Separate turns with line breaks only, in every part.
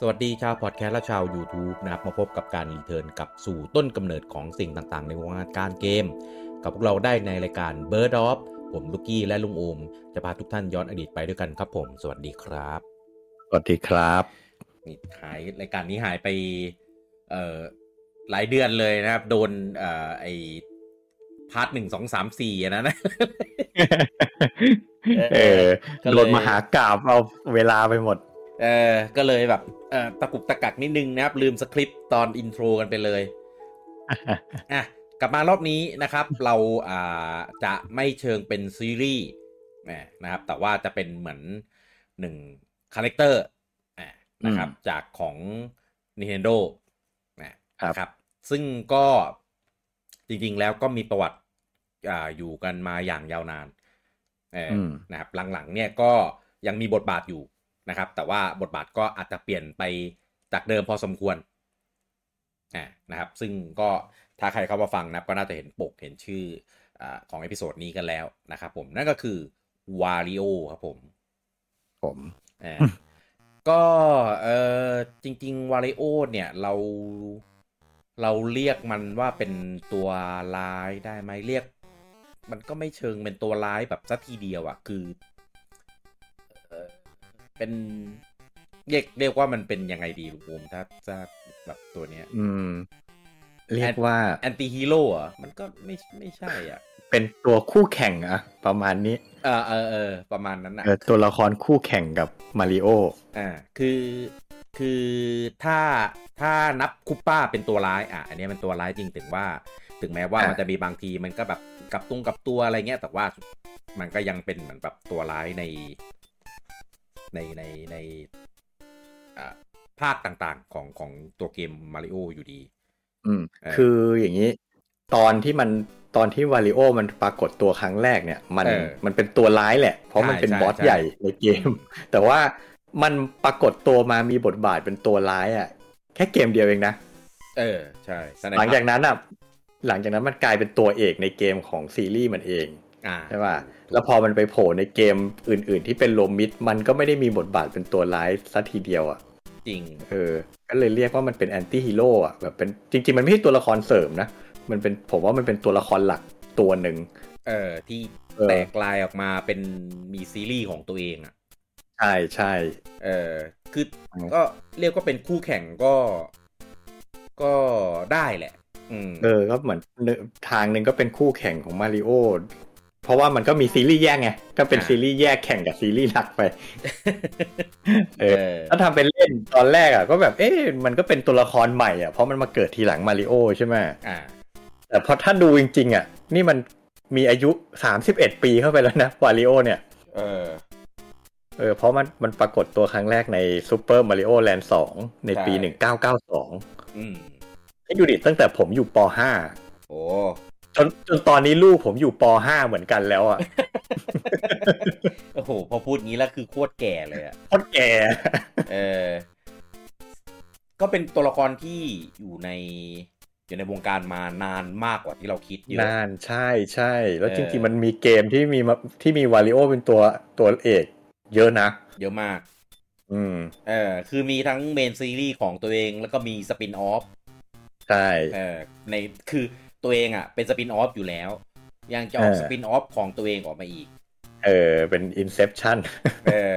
สวัสดีชาวพอดแคสต์และชาว YouTube นะครับมาพบกับการรีเทิร์นกลับสู่ต้นกำเนิดของสิ่งต่างๆ ในวงการเกม กับพวกเราได้ในรายการ Bird of ผมลูกกี้และลุงโอม จะพาทุกท่านย้อนอดีตไปด้วยกันครับผม สวัสดีครับ
สวัสดีครับ
นี่หายรายการนี้หายไปเอ่อหลายเดือนเลยนะครับ โดนเอ่อไอพาร์ทหนึ่งสองสามสี่อันนั้นนะ
เออ
ก็เลย
โดนมหากราบเอาเวลาไปหมด
เออก็เลยแบบเออตะกุกตะกักนิดนึงนะครับ ลืมสคริปต์ตอนอินโทรกันไปเลย อ่ะกลับมารอบนี้นะครับ เราอ่าจะไม่เชิงเป็นซีรีส์นะนะครับ แต่ว่าจะเป็นเหมือนหนึ่งคาแรคเตอร์อ่ะนะครับ จากของ Nintendo นะครับ ครับ ซึ่งก็จริงๆแล้วก็มีประวัติอ่าอยู่กันมาอย่างยาวนานเอออ
ม
นะครับหลังๆเนี่ยก็ยังมีบทบาทอยู่นะครับ แต่ว่าบทบาทก็อาจจะเปลี่ยนไปจากเดิมพอสมควรอ่านะครับ ซึ่งก็ถ้าใครเข้ามาฟังนะครับก็น่าจะเห็นปกเห็นชื่ออาของเอพิโซดนี้กันแล้วนะครับผมนั่นก็คือวาริโอครับผม
ผม
อ่าก็เออจริง ๆ วาริโอเนี่ยเราเราเรียกมันว่าเป็นตัวร้ายได้ไหมเรียก มันก็ไม่เชิงเป็นตัวร้ายแบบสัทีเดียวอะคือ เอ่อเป็นเรียกเรียกว่ามันเป็นยังไงดีลูกผมถ้าถ้าแบบตัวเนี้ย
อืม เรียกว่า
แอนตี้ฮีโร่อะมันก็ไม่ไม่ใช่อ่ะ
เป็นตัวคู่แข่งอะประมาณนี้
เออเออเออประมาณนั้นอะ
เออตัวละครคู่แข่งกับมาริโอ
อ่า คือคือถ้าถ้านับคุปป้าเป็นตัวร้าย อ่ะ อันเนี้ยมันตัวร้ายจริงถึงว่า ถึงแม้ว่ามันจะมีบางทีมันก็แบบกับตุงกับตัวอะไรเงี้ย แต่ว่ามันก็ยังเป็นเหมือนแบบตัวร้ายใน ในในในอ่าภาคต่างๆของของตัวเกมมาริโออยู่ดี
อืม
เออ
คืออย่างนี้ ตอนที่มันตอนที่วาริโอมันปรากฏตัวครั้งแรกเนี่ย มัน
เออ
มันเป็นตัวร้ายแหละ เพราะมันเป็น
ใช่
บอส
ใช่
ใหญ่ในเกม แต่ว่ามันปรากฏตัวมามีบทบาทเป็นตัวร้ายอะแค่เกมเดียวเองนะ
เออ ใช่แต่ใน
หลังจากนั้นอ่ะ หลังจากนั้นมันกลายเป็นตัวเอกในเกมของซีรีส์มันเอง
อ่า
ใช่ป่ะ แล้วพอมันไปโผล่ในเกมอื่น ๆ ที่เป็นโลมิดมันก็ไม่ได้มีบทบาทเป็นตัวร้ายซะทีเดียวอ่ะ
จริง
เออ ก็เลยเรียกว่ามันเป็นแอนตี้ฮีโร่อ่ะ แบบเป็นจริง ๆ มันไม่ใช่ตัวละครเสริมนะ มันเป็นผมว่ามันเป็นตัวละครหลักตัวหนึ่ง
เออที่
เออ
แตกลายออกมาเป็นมีซีรีส์ของตัวเองอ่ะ
ใช่ใช่
เออคือ
อืม
ก็เรียกว่าเป็นคู่แข่งก็ ก็ได้แหละ อืม
เออ ก็เหมือนทางหนึ่งก็เป็นคู่แข่งของมาริโอเพราะว่ามันก็มีซีรีส์แยกไง ก็เป็นซีรีส์แยกแข่งกับซีรีส์หลักไป เอ
อ
อถ้าทำเป็นเล่นตอนแรกอ่ะก็แบบเอ๊ะมันก็เป็นตัวละครใหม่อ่ะเพราะมันมาเกิดทีหลังมาริโอใช่ไหม
อ่า
แต่พอถ้าดูจริงๆอ่ะนี่มันมีอายุ 31 ปีเข้าไปแล้วนะวาริโอเนี่ย
เออ
เออเพราะมันมันปรากฏตัวครั้งแรกในซูเปอร์มาริโอแลนด์2ในปี
ใช่
1992
อืม
ให้ดูดิตั้งแต่ผมอยู่ป
โอ้
.5 จนจนตอนนี้ลูกผมอยู่ป .5 เหมือนกันแล้วอ่ะ
โอ้โห พอพูดงี้แล้วคือโคตรแก่เลยอ่ะ
โคตรแก่
เออ ก็เป็นตัวละครที่อยู่ใน อยู่ในวงการมานานมากกว่าที่เราคิดเยอะ
นานใช่ใช่แล้ว
เออ
จริงๆมันมีเกมที่มีมาที่มีวาริโอเป็นตัวตัวเอกเยอะนะ
เยอะมาก
อืม
เออ คือมีทั้งเมนซีรีส์ของตัวเองแล้วก็มีสปินออฟ
ใช่
เออในคือตัวเองอ่ะ เป็นสปินออฟอยู่แล้ว ยังจะออก
เออ
สปินออฟของตัวเองออกมาอีก
เออเป็น Inception
เออ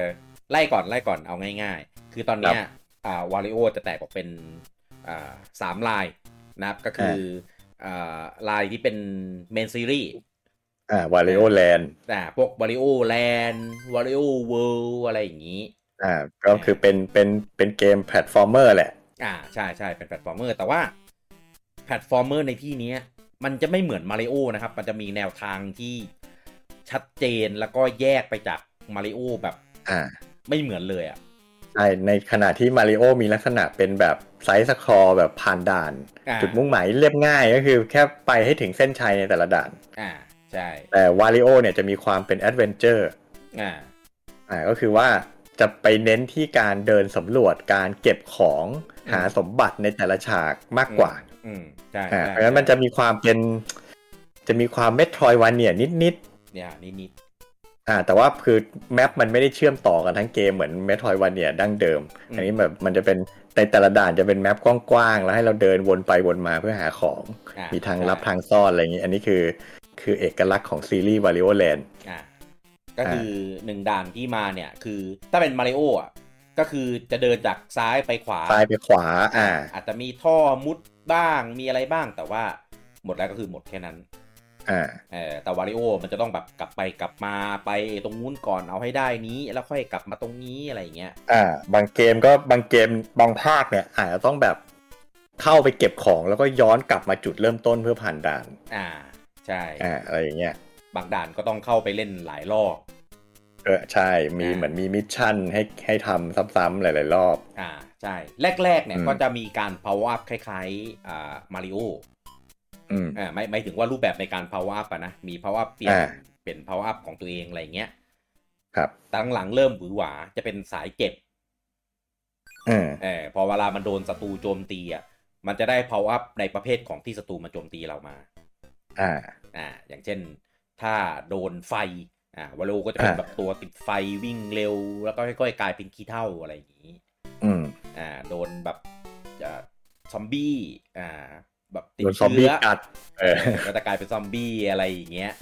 ไล่ก่อนไล่ก่อนเอาง่ายๆ คือตอนเนี้ยอ่าวาริโอจะแตกออกเป็นอ่าสามลายนะครับก็คืออ่าลายที่เป็นเมนซีรีส์
อ่าวาริโอแลนด์
อ่าพวกวาริโอแลนด์วาริโอเวิลด์อะไรอย่างนี้
อ่าก็คือเป็นเป็นเป็นเกมแพลตฟอร์มเมอร์แหละ
อ่าใช่ใช่เป็นแพลตฟอร์มเมอร์ แต่ว่าแพลตฟอร์มเมอร์ในที่เนี้ย มันจะไม่เหมือนมาริโอนะครับ มันจะมีแนวทางที่ชัดเจนแล้วก็แยกไปจากมาริโอแบบ
อ่า
ไม่เหมือนเลยอะ
ใช่ในขณะที่มาริโอมีลักษณะเป็นแบบไซส์สครอแบบผ่านด่าน
อ่ะ
จุดมุ่งหมายเรียบง่ายก็คือแค่ไปให้ถึงเส้นชัยในแต่ละด่าน
อ่าใช่
แต่วาริโอเนี่ยจะมีความเป็นแอดเวนเจอร์
อ่า
อ่าก็คือว่าจะไปเน้นที่การเดินสำรวจการเก็บของหาสมบัติในแต่ละฉากมากกว่า
อืมใช่
อ่า
ใช่
เพราะฉะนั้นมันจะมีความเป็นจะมีความเมทรอยวานเนียนิดๆ
เนี่ยนิดนิด
อ่า แต่ว่าคือแมปมันไม่ได้เชื่อมต่อกันทั้งเกมเหมือนเมทอยวันเนี่ยดั้งเดิม
อืม
อันนี้แบบมันจะเป็นแต่แต่ละด่านจะเป็นแมปกว้างๆแล้วให้เราเดินวนไปวนมาเพื่อหาของ
อ่ะ
มีทางลับทางซ่อนอะไรอย่างนี้ อันนี้คือคือเอกลักษณ์ของซีรีส์วาริโอแลน
อ่ะก็คือหนึ่งด่านที่มาเนี่ย คือถ้าเป็นมาริโออ่ะก็คือจะเดินจากซ้ายไปขวา
ซ้ายไปขวา อ่า
อาจจะมีท่อมุดบ้างมีอะไรบ้าง แต่ว่าหมดแล้วก็คือหมดแค่นั้น
อ่า
เออแต่วาริโอมันจะต้องแบบกลับไปกลับมาไปตรงนู้นก่อนเอาให้ได้นี้ แล้วค่อยกลับมาตรงนี้อะไรอย่างเงี้ย
อ่า บางเกมก็บางเกมบางภาคเนี่ย อาจจะต้องแบบเข้าไปเก็บของแล้วก็ย้อนกลับมาจุดเริ่มต้นเพื่อผ่านด่าน
อ่าใช่
อ่า อะไรอย่างเงี้ย
บางด่านก็ต้องเข้าไปเล่นหลายรอบ
เออ ใช่ มี
อ่า
เหมือนมีมิชชั่นให้ให้ทำซ้ำๆหลาย ๆ รอบ
อ่าใช่แรก ๆ เนี่ย
อืม
ก็จะมีการ power up คล้ายๆอ่ามาริโอ
อืม
อ่าไม่ไม่ถึงว่ารูปแบบในการ power up อะนะ มี power up เปลี่ยน
อ่า
เปลี่ยน power up ของตัวเอง อะไรเงี้ย
ครับ
ตั้งหลังๆเริ่มหวือหวาจะเป็นสายเก็บ
อืม
เออพอเวลามันโดนศัตรูโจมตีอ่ะมันจะได้ power up ในประเภทของที่ศัตรูมาโจมตีเรามา
อ่า
อ่าอย่างเช่น ถ้าโดนไฟอ่าวาโลก็จะเป็น
อ่า
แบบตัวติดไฟวิ่งเร็ว แล้วก็ค่อยๆกลายเป็นขี้เท่าอะไรอย่างนี้
อืม
อ่าโดนแบบอ่าซอมบี้อ่าแบบติด
โดนซอมบี้
เชื้
กัด เออ
ก็จะกลายเป็นซอมบี้อะไรอย่างเงี้ย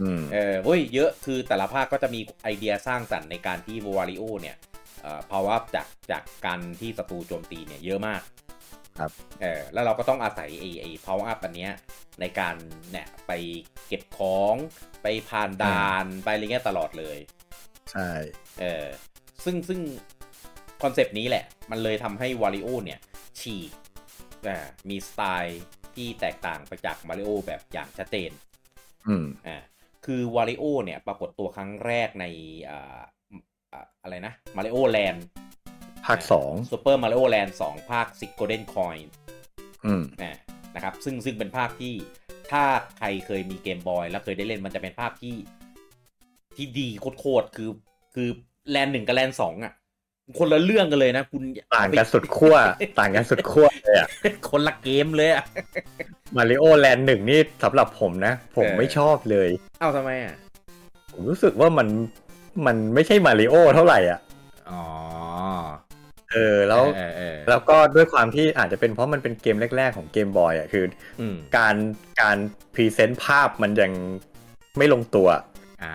อืม
เออเฮ้ยเยอะคือแต่ละภาคก็จะมีไอเดียสร้างสรรค์ในการที่วาริโอเนี่ยเอ่อภาวะจากจากการที่ศัตรูโจมตีเนี่ยเยอะมาก
ครับ
เออแล้วเราก็ต้องอาศัยไอไอพาวอัพอันเนี้ยในการเนี่ยไปเก็บของไปผ่านด่านไปอะไรเงี้ยตลอดเลย
ใช่
เออซึ่งซึ่งคอนเซปต์นี้แหละ มันเลยทำให้วาริโอเนี่ย ฉีกอ่ามีสไตล์ที่แตกต่างไปจากมาริโอแบบอย่างชัดเจน
อืม
อ่าคือวาริโอเนี่ย ปรากฏตัวครั้งแรกในอ่าอ่าอะไรนะมาริโอแลนด์
ภาคสอง
ซูเปอร์มาริโอแลนด์สองภาคซิกโกเด้นคอย
อืม
นะนะครับซึ่งซึ่งเป็นภาคที่ถ้าใครเคยมีเกมบอยแล้วเคยได้เล่นมันจะเป็นภาคที่ที่ดีโคตรๆคือคือแลนหนึ่งกับแลนสองอ่ะ คนละเรื่องกันเลยนะ คุณ
ต่างกันสุดขั้ว ต่างกันสุดขั้วเลยอะ
คนละเกมเลยอ่ะ
มาริโอแลนด์หนึ่งนี่สำหรับผมนะ ผม
เออ
ไม่ชอบเลย
เอ้าทำไมอ่ะ
ผมรู้สึกว่ามันมันไม่ใช่มาริโอเท่าไหร่อ่ะ
อ๋อ
เออแล้ว
เออเออเออ
แล้วก็ด้วยความที่อาจจะเป็นเพราะมันเป็นเกมแรก ๆ ของเกมบอยอ่ะคือ
อืม
การการพรีเซนต์ภาพมันยังไม่ลงตัว
อ่า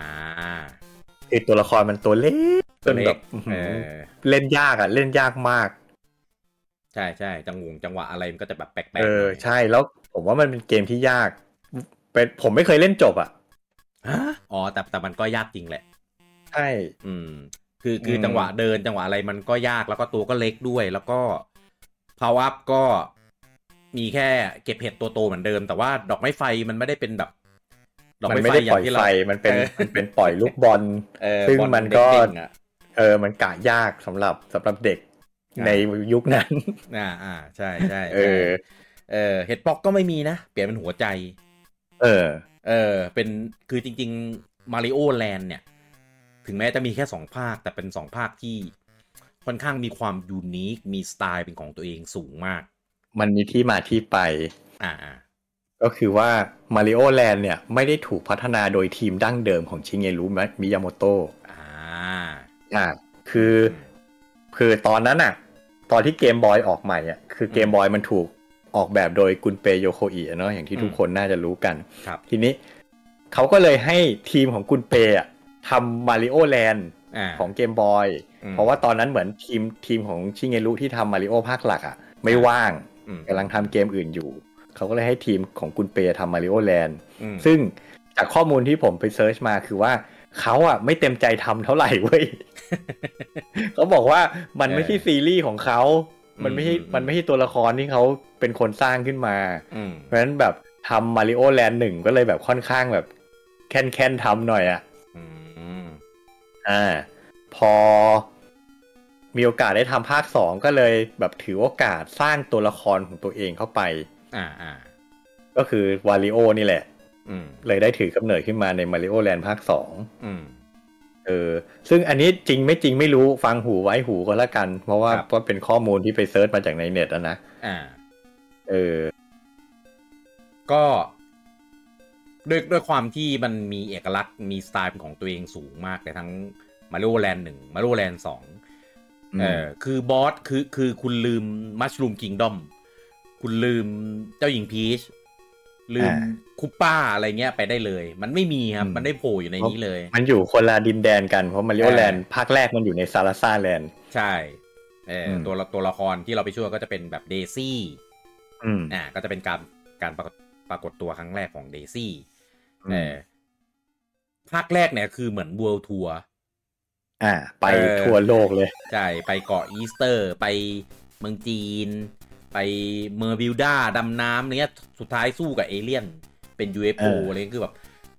คือตัวละครมันตัวเล็กจนแบบอื้อหื
เอ
อ
อ
เล่นยากอ่ะ เล่นยากมาก
ใช่ใช่จังหวงจังหวะอะไรมันก็จะแบบแปลกๆหน่
เออ
ย
ใช่แล้วผมว่ามันเป็นเกมที่ยากเป็นผมไม่เคยเล่นจบอ่ะ
ฮะอ๋อแต่แต่มันก็ยากจริงแหละ
ใช่
อืมคือคืออ
ม
จังหวะเดินจังหวะอะไรมันก็ยากแล้วก็ตัวก็เล็กด้วย แล้วก็ power up ก็มีแค่เก็บเห็ดตัวโตเหมือนเดิม แต่ว่าดอกไม้ไฟมันไม่ได้เป็นแบบ ดอก
มัน
ไม้
ไม่
ไฟอ
ได้ป
ย่า
ล่อง ย
ที่
ไฟ
เรา
มันเป็นมันเป็นปล่อยลูกบอล
เออ
ซึ่ง
บอล
มันก็
เด้งๆอะ
เออ มันกะยากสำหรับสำหรับเด็กในยุคนั้น
อ่าอ่าใช่ใช่
เออ
เออเห็ดปอกก็ไม่มีนะ เปลี่ยนเป็นหัวใจ
เออ
เออเป็นคือจริง ๆ มาริโอแลนด์เนี่ย ถึงแม้จะมีแค่สองภาค แต่เป็นสองภาคที่ค่อนข้างมีความยูนิคมีสไตล์เป็นของตัวเองสูงมาก
มันมีที่มาที่ไป
อ่าอ่า
ก็คือว่ามาริโอแลนด์เนี่ย ไม่ได้ถูกพัฒนาโดยทีมดั้งเดิมของชิเงรุมิยาโมโตะ
อ่า
อ่ะคือคือตอนนั้นอ่ะ ตอนที่เกมบอยออกใหม่อ่ะคือเกมบอยมันถูกออกแบบโดยกุนเปโยโคอิเนาะอย่างที่ทุกคนน่าจะรู้กัน
ครับ
ทีนี้เขาก็เลยให้ทีมของกุนเปอ่ะทำมาริโอแลนด์
อ่า
ของเกมบอย
อืม
เพราะว่าตอนนั้นเหมือนทีมทีมของชิเงรุที่ทำมาริโอภาคหลักอะ่ะ ไม่ว่าง
อืม
กำลังทำเกมอื่นอยู่ เขาก็เลยให้ทีมของคุณเปย์ทำมาริโอแลนด์
อืม
ซึ่งจากข้อมูลที่ผมไปเซิร์ชมาคือว่าเขาอ่ะไม่เต็มใจทำเท่าไหร่เว้ย เขาบอกว่ามันไม่ใช่ซีรีส์ของเขา มันไม่ใช่มันไม่ใช่ตัวละครที่เขาเป็นคนสร้างขึ้นมา
อืม
เพราะฉะนั้นแบบทำมาริโอแลนด์หนึ่งก็เลยแบบค่อนข้างแบบแค้นแค้นๆทำหน่อยอ่ะ
อืม
อ่าพอมีโอกาสได้ทำภาคสองก็เลยแบบถือโอกาสสร้างตัวละครของตัวเองเข้าไป
อ่าอ่า
ก็คือวาริโอนี่แหละ
อืม
เลยได้ถือกำเนิดขึ้นมาในมาริโอแลนด์ภาคสอง
อืม
เออซึ่งอันนี้จริงไม่จริงไม่รู้ฟังหูไว้หูก็แล้วกัน เพราะว่า
ครับ
ก็เป็นข้อมูลที่ไปเซิร์ชมาจากในเน็ตอะนะ
อ่า
เออ
ก็ ด้วยด้วยความที่มันมีเอกลักษณ์มีสไตล์เป็นของตัวเองสูงมากในทั้งมาริโอแลนด์หนึ่งมาริโอแลนด์สองเออคือบอสคือคือคุณลืมมัชรูมคิงดอมคุณลืมเจ้าหญิงพีชลืม
อ่า
คุปป้าอะไรเงี้ยไปได้เลย มันไม่มีครับ
อืม
มันได้โผล่อยู่ในนี้เลย
มันอยู่คนละดินแดนกันเพราะมาริโอแลนด์ภาคแรกมันอยู่ในซาราซาแลนด์
ใช่เอออ
ม
ตัวละตัวละครที่เราไปช่วยก็จะเป็นแบบเดซี่
อืม
อ่าก็จะเป็นการการปรากฏปรากฏตัวครั้งแรกของเดซี่
อืม
เออภาคแรกเนี่ยคือเหมือน World Tour
อ่า ไป
เออ
ทั่วโลกเลย
ใช่ ไปเกาะอีสเตอร์ ไปเมืองจีน ไปเมอร์บิวดาดำน้ำอะไรเงี้ยสุดท้ายสู้กับเอเลี่ยน เป็น UFO
เอออ
อะไรเงี้ยคือแบบ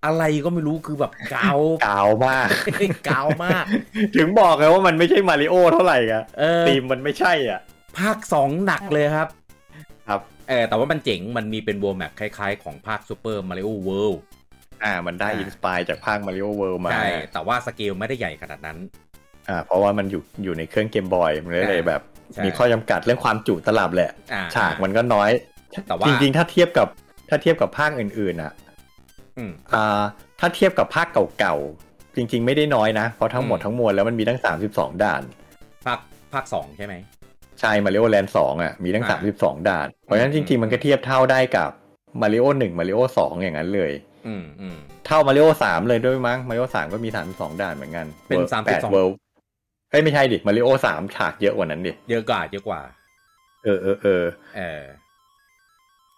อะไรก็ไม่รู้คือ แบบกาว
กาวมาก
กาวมาก
ถึงบอกไงว่ามันไม่ใช่มาริโอเท่าไหร่อะ
เออ
ธีมมันไม่ใช่อ่ะ
ภาคสองหนักเลยครับ
ครับ
เออแต่ว่ามันเจ๋งมันมีเป็นบัวแมปคล้ายๆ ของภาคซูเปอร์มาริโอเวิลด์
อ่า มันได้อินสปายจากภาคมาริโอเวิล์มา
ใช่แต่ว่าสเกลไม่ได้ใหญ่ขนาดนั้น
อ่า เพราะว่ามันอยู่อยู่ในเครื่องเกมบอย มันเลยเลยแบบ
ใช่
มีข้อจำกัดเรื่องความจุตลับแหละ
อ่
ฉากมันก็น้อย
แต่ว่า
จริงๆ ถ้าเทียบกับถ้าเทียบกับภาคอื่นๆอ่ะ
อืม
อ่า ถ้าเทียบกับภาคเก่าๆ จริง ๆ ไม่ได้น้อยนะ เพราะทั้งหมด
อืม
ทั้งมวลแล้วมันมีทั้ง 32 ด่าน
ภาคภาคสองใช่ไหม
ใช่มาริโอแลนด์สองอ่ะ มีทั้ง
อ่า
32 ด่าน เพราะฉะนั้น
อื
จ
ม
ริง ๆ มันก็เทียบเท่าได้กับมาริโอหนึ่งมาริโอสองอย่างนั้นเลย
อืมอืม
เท่ามาริโอสามเลยด้วยมั้งมาริโอสามก็มี 32 ด่านเหมือนกัน
เป็น
วิลด์
32
แปดเวิลด์เฮ้ยไม่ใช่ดิมาริโอสามฉากเยอะกว่านั้นดิ
เยอะกว่าเยอะกว่า
เออเออเออ
เออ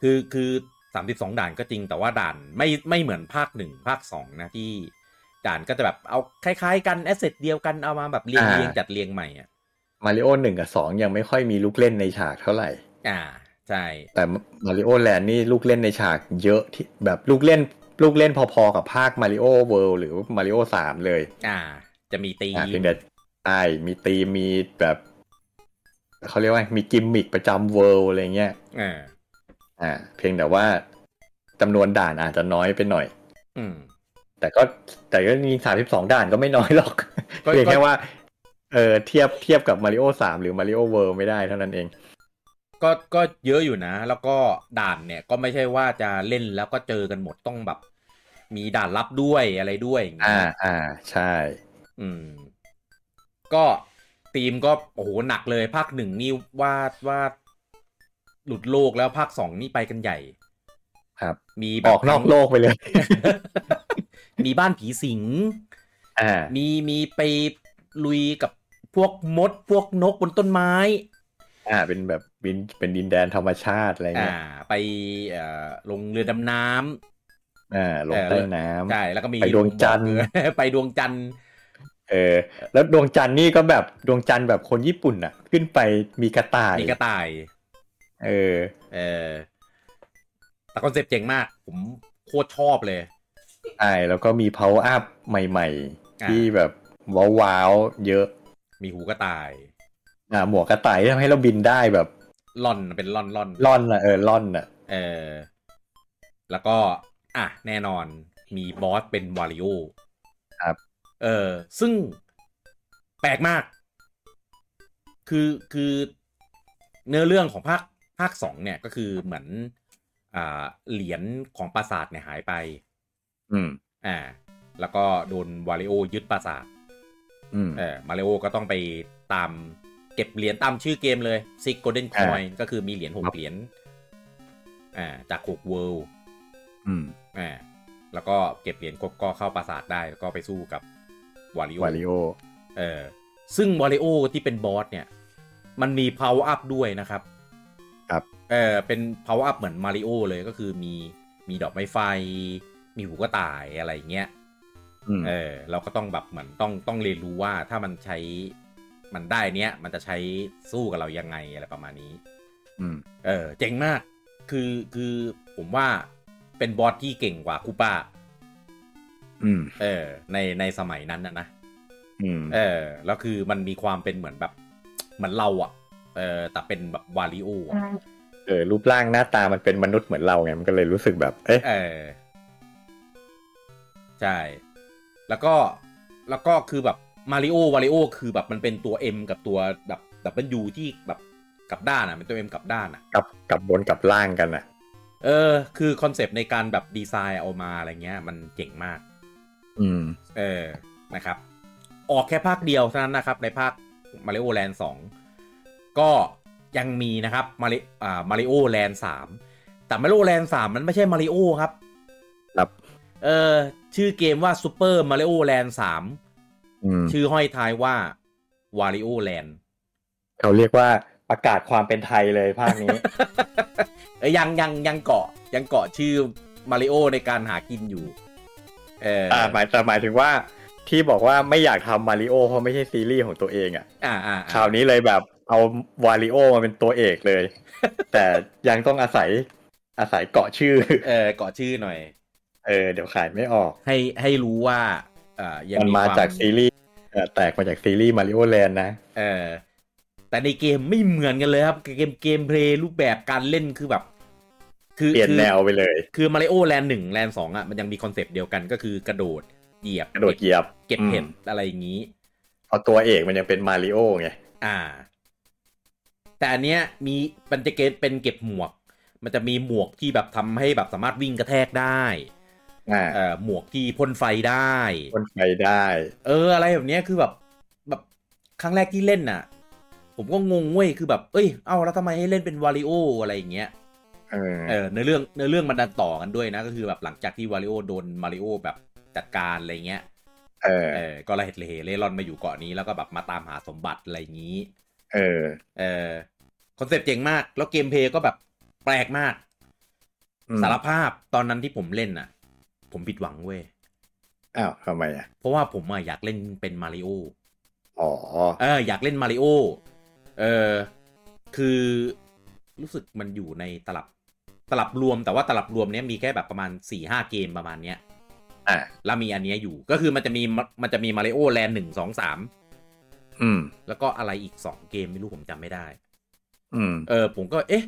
คือคือสามสิบสองด่านก็จริงแต่ว่าด่านไม่ไม่เหมือนภาคหนึ่งภาคสองนะที่ด่านก็จะแบบเอาคล้ายๆกันแอสเซทเดียวกันเอามาแบบเรียงเรียงจัดเรียงใหม่อ่ะ
มาริโอหนึ่งกับสองยังไม่ค่อยมีลูกเล่นในฉากเท่าไหร่
อ่า ใช่
แต่มาริโอแลนด์นี่ลูกเล่นในฉากเยอะที่แบบลูกเล่นลูกเล่นพอๆกับภาคมาริโอเวิลด์หรือมาริโอสามเลย
อ่า จะมีตีม
อ่ะเพียงแต่ใช่มีตีมมีแบบเขาเรียกว่ามีกิมมิคประจำเวิลด์อะไรเงี้ย
เออ
อ่าเพียงแต่ว่าจำนวนด่านอาจจะน้อยไปหน่อย
อืม
แต่ก็แต่ก็มีสามสิบสองด่านก็ไม่น้อยหรอก
ก็
เพียงแค่ว่าเออเทียบเทียบกับมาริโอสามหรือมาริโอเวิลด์ไม่ได้เท่านั้นเอง
ก็ก็เยอะอยู่นะ แล้วก็ด่านเนี่ยก็ไม่ใช่ว่าจะเล่นแล้วก็เจอกันหมดต้องแบบ มีด่านลับด้วยอะไรด้วยอย่างเงี้
อ่าย อ่าใช่
อืม ก็ทีมก็โอ้โหหนักเลยภาคหนึ่งนี่วาดวาดหลุดโลกแล้วภาคสองนี่ไปกันใหญ่
ครับ
มี
ออกนอกโลกไปเลย
มีบ้านผีสิง
อ่า
มีมีไปลุยกับพวกมด พวกนกบนต้นไม้
อ่าเป็นแบบบินเป็นดินแดนธรรมชาติอะไร
อ่า
เงี้ย
ไปเอ่อลงเรือดำน้
อ่าลงใต้น้ำ
ำใช่แล้วก็มี
ไปดวงจันทร์
ไปดวงจันทร์
เออ แล้วดวงจันทร์นี่ก็แบบดวงจันทร์แบบคนญี่ปุ่นอ่ะ ขึ้นไปมีกระต่าย
มีกระต่าย
เออ
เออแต่คอนเซปต์เจ๋งมาก ผมโคตรชอบเลย
ใช่แล้วก็มี power up ใหม่
อ่า
ๆ ที่แบบว้าวๆเยอะ
มีหูกระต่าย
อ่าหมวกกระต่ายที่ทำให้เราบินได้แบบ
ล่อนเป็นล่อนล่อน
ล่อนอ่ะเออล่อนอ่ะ
เออ แล้วก็ อ่ะ แน่นอนมีบอสเป็นวาริโอ
ครับ
เออ ซึ่งแปลกมาก คือคือเนื้อเรื่องของภาคภาคสองเนี่ยก็คือเหมือน อ่า เหรียญของปราสาทเนี่ยหายไป
อืม
อ่า แล้วก็โดนวาริโอยึดปราสาท
อืม
เออมาริโอก็ต้องไปตามเก็บเหรียญตามชื่อเกมเลยซิกโกลเด้นคอยก็คือมีเหรียญหก
ครับ
เหรียญอ่าจากหกเวิลด์
อืม
อ่าแล้วก็เก็บเหรียญครบก็เข้าปราสาทได้ แล้วก็ไปสู้กับวาริโอ
วาริโอ
เออซึ่งวาริโอที่เป็นบอสเนี่ย มันมี power up ด้วยนะครับ
ครับ
เออเป็น power up เหมือนมาริโอเลยก็คือมีมีดอกไม้ไฟ มีหูกระต่ายอะไรอย่างเงี้ย
อืม
เออเราก็ต้องแบบเหมือนต้องต้องเรียนรู้ว่าถ้ามันใช้มันได้เนี้ยมันจะใช้สู้กับเรายังไงอะไรประมาณนี้
อืม
เออเจ๋งมาก คือคือผมว่าเป็นบอสที่เก่งกว่าคูป้า
อืม
เออในในสมัยนั้นนะนะ
อืม
เออแล้วคือมันมีความเป็นเหมือนแบบเหมือนเราอะ่ะเออแต่เป็นแบบวาริโออะ
เออรูปร่างหน้าตามันเป็นมนุษย์เหมือนเราไงมันก็เลยรู้สึกแบบเอ๊ะ
เออใช่ แล้วก็แล้วก็คือแบบมาริโอวาริโอคือแบบมันเป็นตัว M กับตัวแบบดับเบิลยูที่แบบกลับด้านอ่ะเป็นตัว M กลับด้านอ่ะ
กลับกลับบนกลับล่างกันอ่ะ
เออ คือคอนเซปต์ในการแบบดีไซน์เอามาอะไรเงี้ย มันเจ๋งมาก
อืม
เออ นะครับ ออกแค่ภาคเดียวเท่านั้นนะครับ ในภาคมาริโอแลนด์สองก็ยังมีนะครับมาริอ่ามาริโอแลนด์สามแต่มาริโอแลนด์สามมันไม่ใช่มาริโอครับ
ครับ
เออ ชื่อเกมว่าซูเปอร์มาริโอแลนด์สาม
อืม
ชื่อห้อยท้ายว่าวาริโอแลนด์
เขาเรียกว่าประกาศความเป็นไทยเลยภาคนี้
เอ้ยยังยังยังเกาะยังเกาะชื่อมาริโอในการหากินอยู่ เออ
อ่าหมายแต่หมายถึงว่าที่บอกว่าไม่อยากทำมาริโอเพราะไม่ใช่ซีรีส์ของตัวเองอ่ะ
อ่าอ่า
คราวนี้เลยแบบเอาวาริโอมาเป็นตัวเอก เลย แต่ยังต้องอาศัยอาศัยเกาะชื่อ
เออเกาะชื่อหน่อย
เออเดี๋ยวขายไม่ออก
ให้ให้รู้ว่า เอ่อยัง
มันมา
คว
จากซีรีส์เอ่อแตกมาจากซีรีส์มาริโอแลนด์นะ
เออแต่ในเกมไม่เหมือนกันเลยครับ เกมเกมเพลย์รูปแบบการเล่นคือแบบ คือ
เปลี่ยน
คือ
แนวไปเลย
คือมาริโอแลนหนึ่งแลนสองอ่ะมันยังมีคอนเซปต์เดียวกันก็คือกระโดดเหยียบ
กระโดดเหยียบ
เก็บเห็ด
อืม
อะไรอย่างนี้
เพราะตัวเอกมันยังเป็นมาริโอไง
อ่า แต่อันเนี้ยมีมันจะเกตเป็นเก็บหมวก มันจะมีหมวกที่แบบทำให้แบบสามารถวิ่งกระแทกได้
อ่า
เอ่อหมวกที่พ่นไฟได้
คนไปได้
เออ อะไรแบบเนี้ยคือแบบแบบครั้งแรกที่เล่นน่ะ ผมก็งงเว้ยคือแบบ เอ้ยเอ้าแล้วทำไมให้เล่นเป็นวาริโออะไรอย่างเงี้ย
เออ
เออเนื้อเรื่องเนื้อเรื่องมันดันต่อกันด้วยนะ ก็คือแบบหลังจากที่วาริโอโดนมาริโอแบบจัดการอะไรเงี้ย
เออ
เออก็ระเหตุระเหเร่ร่อนมาอยู่เกาะนี้แล้วก็แบบมาตามหาสมบัติอะไรอย่างนี้
เออ
เออคอนเซปต์เจ๋งมาก แล้วเกมเพลย์ก็แบบแปลกมาก
อืม
สารภาพตอนนั้นที่ผมเล่นน่ะ ผมผิดหวังเว้ย
อ้าวทำไมอ่ะ
เพราะว่าผมอะอยากเล่นเป็นมาริโอ
อ๋อ
เอออยากเล่นมาริโอเออคือรู้สึกมันอยู่ในตลับตลับรวมแต่ว่าตลับรวมเนี้ยมีแค่แบบประมาณ4ี่ห้าเกมประมาณเนี้ย
อ่ะ
แล้วมีอันเนี้ยอยู่ก็คือมันจะมีมันจะมีมาริโอแลนด์หนึ่งสองสาม
อืม
แล้วก็อะไรอีกสองเกมไม่รู้ผมจำไม่ได้
อืม
เออผมก็เอ๊ะ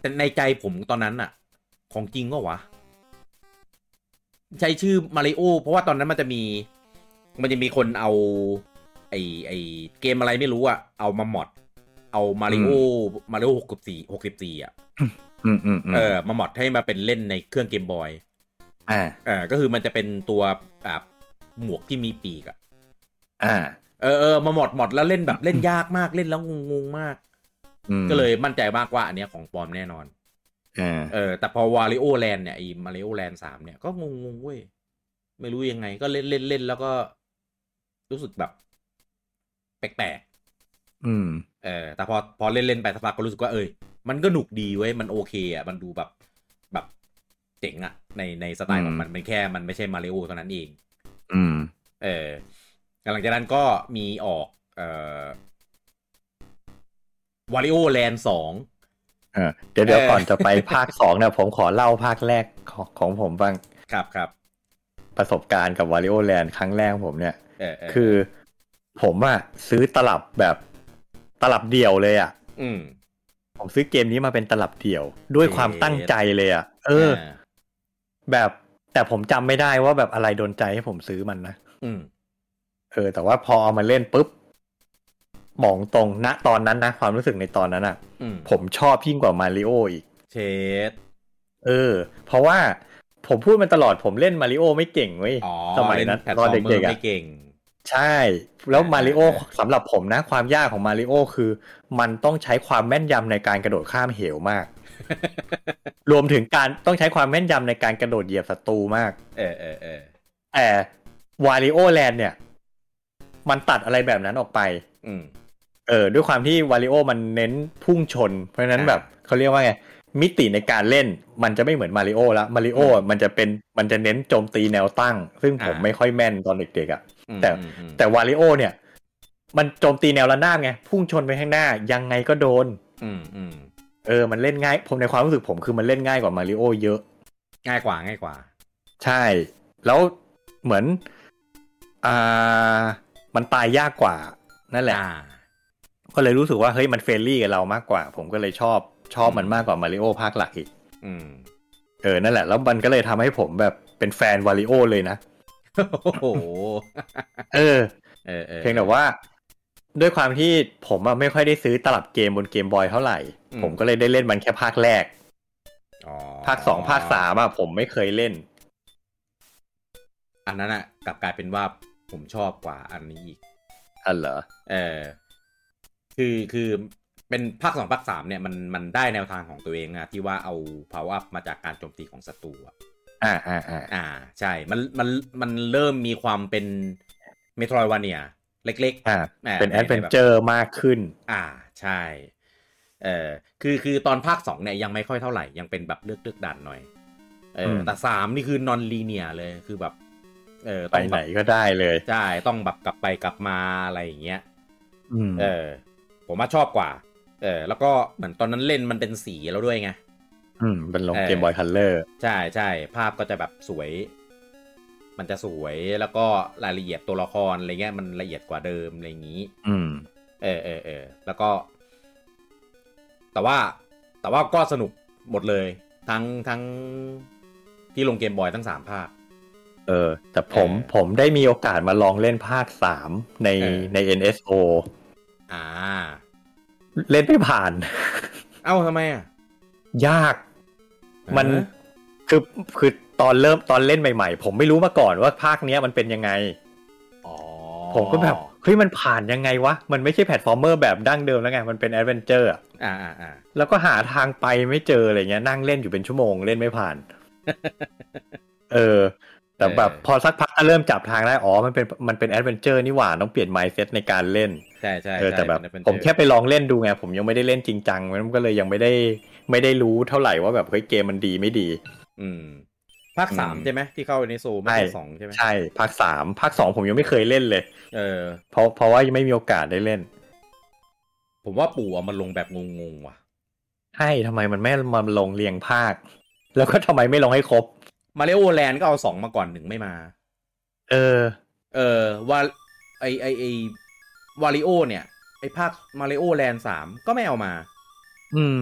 แต่ในใจผมตอนนั้นอะของจริงก็วะ ใช้ชื่อมาริโอเพราะว่าตอนนั้นมันจะมี มันจะมีคนเอา ไอไอเกมอะไรไม่รู้อะเอามาหมอด เอามาริโอมาริโอหกสิบสี่หกสิบสี่อะ
อืมอืมอืม
เออมาหมอดให้มาเป็นเล่นในเครื่องเกมบอย
อ่า
เออก็คือมันจะเป็นตัวอ่าหมวกที่มีปีกอะ
อ่า
เออเออมาหมอดหมอดแล้วเล่นแบบเล่นยากมากเล่นแล้วงงงๆมาก
อืม
ก็เลยมั่นใจมากว่าอันเนี้ยของปลอมแน่นอน
อ่า
เออแต่พอวาริโอแลนเนี่ยไอ้มาริโอแลนสามเนี่ยก็งงงๆเว้ย ไม่รู้ยังไง ก็เล่นเล่นเล่นแล้วก็ รู้สึกแบบ แปลก
อืม
ๆเออแต่พอพอเล่นเล่นไปสักพักก็รู้สึกว่าเอยมันก็หนุกดีเว้ย มันโอเคอ่ะมันดูแบบแบบเจ๋งอ่ะ ในในสไตล์ของมันมันแค่มันไม่ใช่มาริโอเท่านั้นเอง
อืม
เออหลังจากนั้นก็มีออก เอ่อวาริโอแลนสอง
เออเดี๋ยวเดี๋ยว
เออ
ก่อนจะไปภาคสองเนี่ยผมขอเล่าภาคแรกของของผมบ้าง
ครับครับ
ประสบการณ์กับวาริโอแลนด์ครั้งแรกของผมเนี่ย
เออเออ
คือผมอะซื้อตลับแบบตลับเดี่ยวเลยอะ
อืม
ผมซื้อเกมนี้มาเป็นตลับเดี่ยว ด้วยความตั้งใจเลยอะเออ
า
แบบแต่ผมจำไม่ได้ว่าแบบอะไรโดนใจให้ผมซื้อมันนะ
อืม
เออแต่ว่าพอเอามาเล่นปุ๊บบอกตรงณตอนนั้นนะ ความรู้สึกในตอนนั้นอะ
อืม
ผมชอบยิ่งกว่ามาริโออีก
เชด
เออ เพราะว่าผมพูดมันตลอดผมเล่นมาริโอไม่เก่งเว้ย
อ๋อ
สมัยนั้น
เล่แพลต
ต
ฟ
อ
อน ร์มเมอ
เด็ก
ร์
ๆอะ
ไม่เก่ง
ใช่ แล้ว
อ่าม
มาริโอ
อ่า
สำหรับผมนะ ความยากของมาริโอคือ มันต้องใช้ความแม่นยำในการกระโดดข้ามเหว มาก รวมถึงการต้องใช้ความแม่นยำในการกระโดดเหยียบศัตรูมาก
เออเออเออ
แต่วาริโอแลนด์เนี่ย มันตัดอะไรแบบนั้นออกไป
อืม
เออด้วยความที่วาริโอมันเน้นพุ่งชน เพราะฉะนั้น
อ่า
แบบเขาเรียกว่าไง มิติในการเล่นมันจะไม่เหมือนมาริโอละมาริโออ่ะมันจะเป็นมันจะเน้นโจมตีแนวตั้ง ซึ่งผม
อ่า
ไม่ค่อยแม่นตอนเด็กๆอ่ะ
อืม
แต่
อืมอืม
แต่วาริโอเนี่ย มันโจมตีแนวระนาบไง พุ่งชนไปข้างหน้า ยังไงก็โดน
อืมอืม
เออมันเล่นง่าย ผมในความรู้สึกผมคือมันเล่นง่ายกว่ามาริโอเยอะ
ง่ายกว่าง่ายกว่า
ใช่ แล้วเหมือนอ่ามันตายยากกว่านั่นแหละ
อ่า
ก็เลยรู้สึกว่าเฮ้ยมันเฟรนลี่กับเรามากกว่า ผมก็เลยชอบชอบมันมากกว่ามาริโอภาคหลักอีก
อืม
เออนั่นแหละแล้วมันก็เลยทำให้ผมแบบเป็นแฟนวาริโอเลยนะ
โอ้โห
เออ
เออเออ
เพียงแต่ว่า ด้วยความที่ผมอะไม่ค่อยได้ซื้อตลับเกมบนเกมบอยเท่าไหร่
อืม
ผมก็เลยได้เล่นมันแค่ภาคแรก
อ๋อ
ภาคสองภาคสามอะผมไม่เคยเล่น
อันนั้นอะกลับกลายเป็นว่าผมชอบกว่าอันนี้อีก
อันเหรอ
เออคือคือเป็นภาคสองภาคสามเนี่ยมันมันได้แนวทางของตัวเองนะที่ว่าเอา power up มาจากการโจมตีของศัตรูอะ
อ่าอ่าอ่า
อ่า ใช่ มันมันมันเริ่มมีความเป็นเมโทรวาเนียเล็ก
อ่า
ๆอ่า
เป็นแอดเวน
ใแบบ
เจอร์มากขึ้น
อ่าใช่ เออคือคือตอนภาคสองเนี่ยยังไม่ค่อยเท่าไหร่ ยังเป็นแบบเลือกเลือกดันหน่อย เออ
ม
แต่สามนี่คือนอนลีเนียเลยคือแบบ เออ
ไป
ต้อง
ไห
แบ
น
บ
ก็ได้เลย
ใช่ต้องแบบกลับไปกลับมาอะไรอย่างเงี้ย
อืม
เออ ผมว่าชอบกว่า เออ แล้วก็เหมือนตอนนั้นเล่นมันเป็นสีแล้วด้วยไง
มเป็นลง
เออ
เกมบอยคัลเลอร์
ใช่ใช่ภาพก็จะแบบสวย มันจะสวยแล้วก็รายละเอียดตัวละครอะไรเงี้ยมันละเอียดกว่าเดิมอะไรอย่างนี้
อืม
เออเออเออแล้วก็ แต่ว่าแต่ว่าก็สนุกหมดเลย ทั้งทั้งที่ลงเกมบอยทั้งสามภาค
เออ แต่ผม
เออ
ผมได้มีโอกาสมาลองเล่นภาคสามใน
เออ
ใน NSO
อ่า
เล่นไม่ผ่าน
เอ้าทำไมอ่ะ
ยาก มัน
อ่า
คือคือตอนเริ่มตอนเล่นใหม่ๆ ผมไม่รู้มาก่อนว่าภาคเนี้ยมันเป็นยังไง
อ๋อ
ผมก็แบบเฮ้ยมันผ่านยังไงวะ มันไม่ใช่แพลตฟอร์มเมอร์แบบดั้งเดิมแล้วไง มันเป็นแอดเวนเจอร์อะ
อ่าอ่าอ่า
แล้วก็หาทางไปไม่เจออะไรเงี้ยนั่งเล่นอยู่เป็นชั่วโมงเล่นไม่ ผ่าน เออ แต่แบบพอสักพักก็เริ่มจับทางได้อ๋อมันเป็นมันเป็นแอดเวนเจอร์นี่หว่าต้องเปลี่ยนไมซ์เซตในการเล่น
ใช่ใช่
เออ
ใช่
แต่แบบ
นเป็น
ผมแค่ไปลองเล่นดูไงผมยังไม่ได้เล่นจริงจังมันก็เลยยังไม่ได้ไม่ได้รู้เท่าไหร่ว่าแบบเฮ้ยเกมมันดีไม่ดี
อืม ภาคสาม
อืม
ใช่ไหมที่เข้าไปในโซลไม่
ใช่
ใช่สองใช่ไหม
ใช่ภาคสามภาคสองผมยังไม่เคยเล่นเลย
เออ
เพราะเพราะว่ายังไม่มีโอกาสได้เล่น
ผมว่าปู่เอามันลงแบบงงๆว่ะ
ใช่ทำไมมันไม่มาลงเรียงภาค แล้วก็ทำไมไม่ลงให้ครบ
มาเลโอแลนด์ก็เอาสองมาก่อนหนึ่งไม่มา
เออ
เออว่าไอไอไอวาริโอเนี่ย ไอภาคมาริโอแลนด์สามก็ไม่เอามา
อืม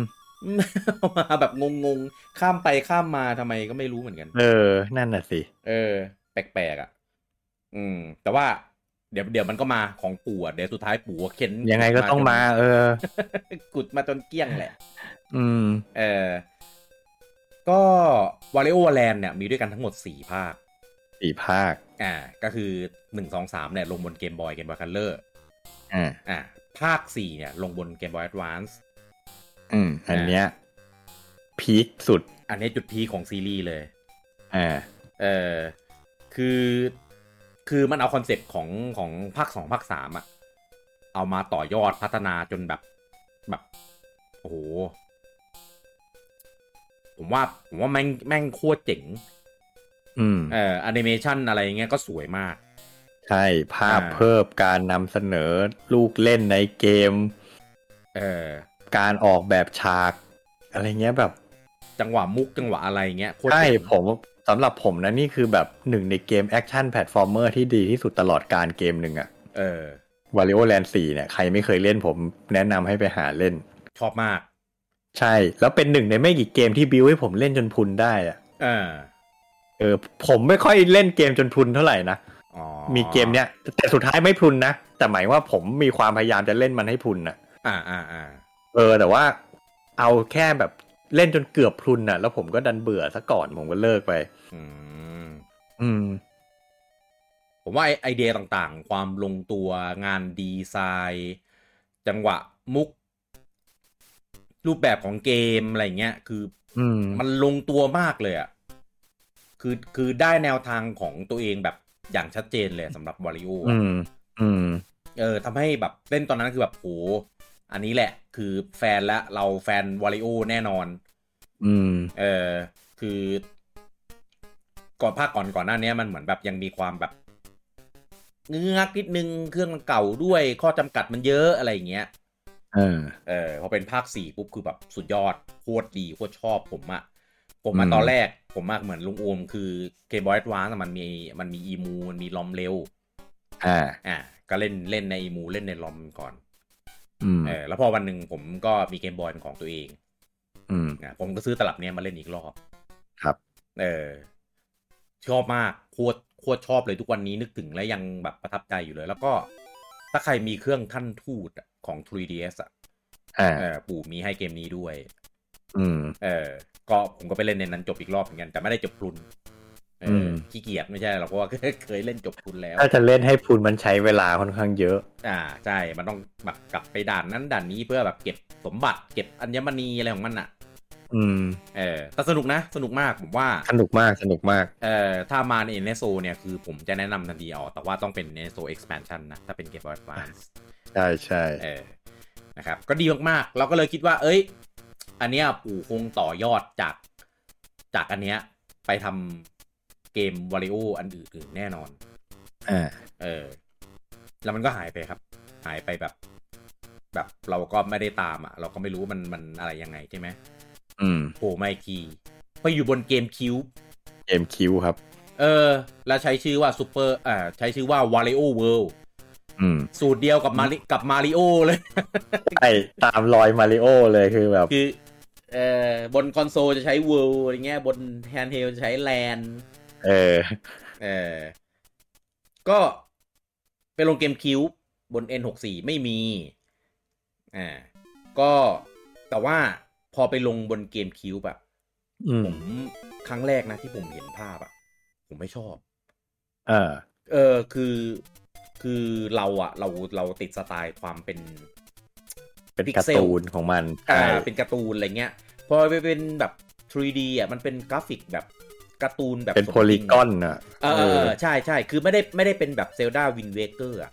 เอามาแบบงงๆ ข้ามไปข้ามมาทำไมก็ไม่รู้เหมือนกัน
เออ นั่นน่ะสิ
เออ แปลกๆอ่ะ อืม แต่ว่าเดี๋ยวเดี๋ยวมันก็มาของปู่อะเดี๋ยวสุดท้ายปู่ก็เข็น
ยังไงก็ต้อง มา เออ
กุดมาจนเกลี้ยงแหละ
อืม
เออ ก็วาริโอแลนด์เนี่ยมีด้วยกันทั้งหมดสี่ภาค
สี่ภาค
อ่า ก็คือหนึ่งสองสามเนี่ย ลงบนเกมบอยเกมบอยคัลเลอร์
อ่า
อ่า ภาคสี่เนี่ย ลงบนเกมบอยแอดวานซ์
อืม อันเนี้ยพีคสุด
อันนี้จุดพีคของซีรีส์เลย
อ่า
เออคือคือมันเอาคอนเซปต์ของของภาคสองภาคสามอะเอามาต่อยอดพัฒนาจนแบบแบบโอ้โหผมว่าผมว่าแม่งแม่งโคตรเจ๋ง
อืม
เออแอนิเมชันอะไรอย่างเงี้ยก็สวยมาก
ใช่ ภาพ
อ่า
เพิ่มการนำเสนอลูกเล่นในเกม
เออ
การออกแบบฉาก อะไรเงี้ยแบบ
จังหวะมุกจังหวะอะไรเงี้ยโคตร
ใช่
เจ๋ง
ผมสำหรับผมนะนี่คือแบบหนึ่งในเกมแอคชั่นแพลตฟอร์มเมอร์ที่ดีที่สุดตลอดการเกมหนึ่งอะ
เออ
วาริโอแลนด์4เนี่ยใครไม่เคยเล่นผมแนะนำให้ไปหาเล่น
ชอบมาก
ใช่ แล้วเป็นหนึ่งในไม่กี่เกมที่บิวให้ผมเล่นจนพลุนได้อะ
เออ
เออผมไม่ค่อยเล่นเกมจนพลุนเท่าไหร่นะ
อ๋อ
มีเกมเนี้ยแต่สุดท้ายไม่พลุนนะ แต่หมายว่าผมมีความพยายามจะเล่นมันให้พลุนนะ
อ่าอ่าอ่า
เออแต่ว่าเอาแค่แบบเล่นจนเกือบพลุนนะแล้วผมก็ดันเบื่อซะก่อนผมก็เลิกไป
อืม
อืม
ผมว่าไอไอเดียต่างๆ ความลงตัวงานดีไซน์ จังหวะมุก รูปแบบของเกมอะไรเงี้ย คือ
อืม
มันลงตัวมากเลยอะ่ะคือคือได้แนวทางของตัวเองแบบอย่างชัดเจนเลยสำหรับวาริโอ
อืมอืม
เออทำให้แบบเล่นตอนนั้นคือแบบโหอันนี้แหละ คือแฟนและเราแฟนวาริโอแน่นอน
อืม
เออคือก่อนภาคก่อนก่อนหน้าเนี้ยมันเหมือนแบบยังมีความแบบเงื้องักนิดนึงเครื่องมันเก่าด้วยข้อจำกัดมันเยอะอะไรอย่างเงี้ย
เออ
เออพอเป็นภาคสี่ปุ๊บคือแบบสุดยอดโคตรดีโคตรชอบผมอะผมมา
อืม
ตอนแรก ผมมากเหมือนลุงโอมคือเกมบอยแอดวานมันมีมันมีอีมูมันมีลอมเร็ว
อ่า
อ่ะก็เล่นเล่นในอีมูเล่นในลอมก่อน
อืม
เออแล้วพอวันหนึ่งผมก็มีเกมบอยเป็นของตัวเอง
อืม
นะผมก็ซื้อตลับเนี้ยมาเล่นอีกรอบ
ครับ
เออ ชอบมากโคตรโคตรชอบเลยทุกวันนี้นึกถึงและยังแบบประทับใจอยู่เลย แล้วก็ถ้าใครมีเครื่องท่านทูตอะของ 3ds อ่ะ
อ่า
เออปู่มีให้เกมนี้ด้วย
อืม
เออ ก็ผมก็ไปเล่นในนั้นจบอีกรอบเหมือนกัน แต่ไม่ได้จบพลุนเออ
ม
อขี้เกียจไม่ใช่หรอกเพราะว่า เคยเล่นจบพลุนแล้ว
ถ้าจะเล่นให้พูนมันใช้เวลาค่อนข้างเยอะ
อ่าใช่ มันต้องแบบกลับไปด่านนั้นด่านนี้เพื่อแบบเก็บสมบัติเก็บอัญมณีอะไรของมันอ่ะ
อืม
เออแต่สนุกนะ สนุกมากผมว่า
สนุกมากสนุกมาก
เอ่อถ้ามาใน NSO เนี่ยคือผมจะแนะนำทันทีเออกแต่ว่าต้องเป็น NSO expansion นะ ถ้าเป็นเกมบอ Advance
ใช่ใช่
เออนะครับ ก็ดีมากๆ เราก็เลยคิดว่า เอ้ย อันเนี้ยปู่คงต่อยอดจากจากอันเนี้ย ไปทำเกมวาริโออันอื่นๆแน่นอน
อ่า
เออ แล้วมันก็หายไปครับ หายไปแบบ แบบเราก็ไม่ได้ตามอะ่ะ เราก็ไม่รู้ว่ามันมันอะไรยังไงใช่ไหม
อืม
โผล่มาอีกทีไปอยู่บนเกมคิว
เกมคิวครับ
เออ แล้วใช้ชื่อว่าซูเปอร์อ่าใช้ชื่อว่าวาริโอเวิลด์
อืม
สูตรเดียวกับมาริกับมาริโอเลย
ใช่ตามรอยมาริโอเลยคือแบบ
คือเอ่อบนคอนโซลจะใช้เวิลด์อะไรเงี้ย บนแฮนด์เฮลจะใช้แลน
เออ
เออก็ไปลงเกมคิวบบน N64 ไม่มีอ่าก็แต่ว่าพอไปลงบนเกมคิวแบบ
อืม
ผมครั้งแรกนะที่ผมเห็นภาพอะผมไม่ชอบ
เออ
เออคือคือเราอะเราเราติดสไตล์ความเป็น
เป็น
Pixel
การ์ตูนของมันใช่
อ่าเป็นการ์ตูนอะไรเงี้ย พอไปเป็นแบบ 3D อ่ะมันเป็นกราฟิกแบบการ์ตูนแบบ
เป็น
สม
โพ
จริงะ
ลีกอนอ่ะ
เออเออใช่ใช่คือไม่ได้ไม่ได้เป็นแบบเซลดาวินเวเกอร์อ่ะ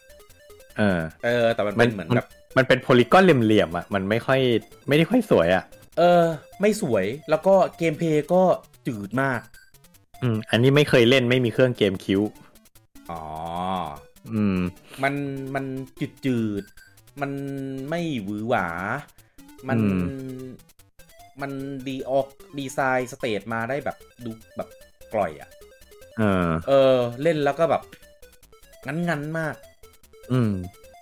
เออ
เออแต่มัน
มั
เป็น นเหมือนแบบ
มันเป็นโพลีกอนเหลี่ยมๆอ่ะ มันไม่ค่อยไม่ได้ค่อยสวยอ่ะ
เออ ไม่สวยแล้วก็เกมเพลย์ก็จืดมาก
อืม อันนี้ไม่เคยเล่นไม่มีเครื่องเกมคิว
อ๋อ
อืม
มันมันจืดจืดๆมันไม่หวือหวา มัน
อืม
มันดีออกดีไซน์สเตจมาได้แบบดูแบบกล่อยอ่ะ
เออ
เออเล่นแล้วก็แบบงั้นงันๆมาก
อืม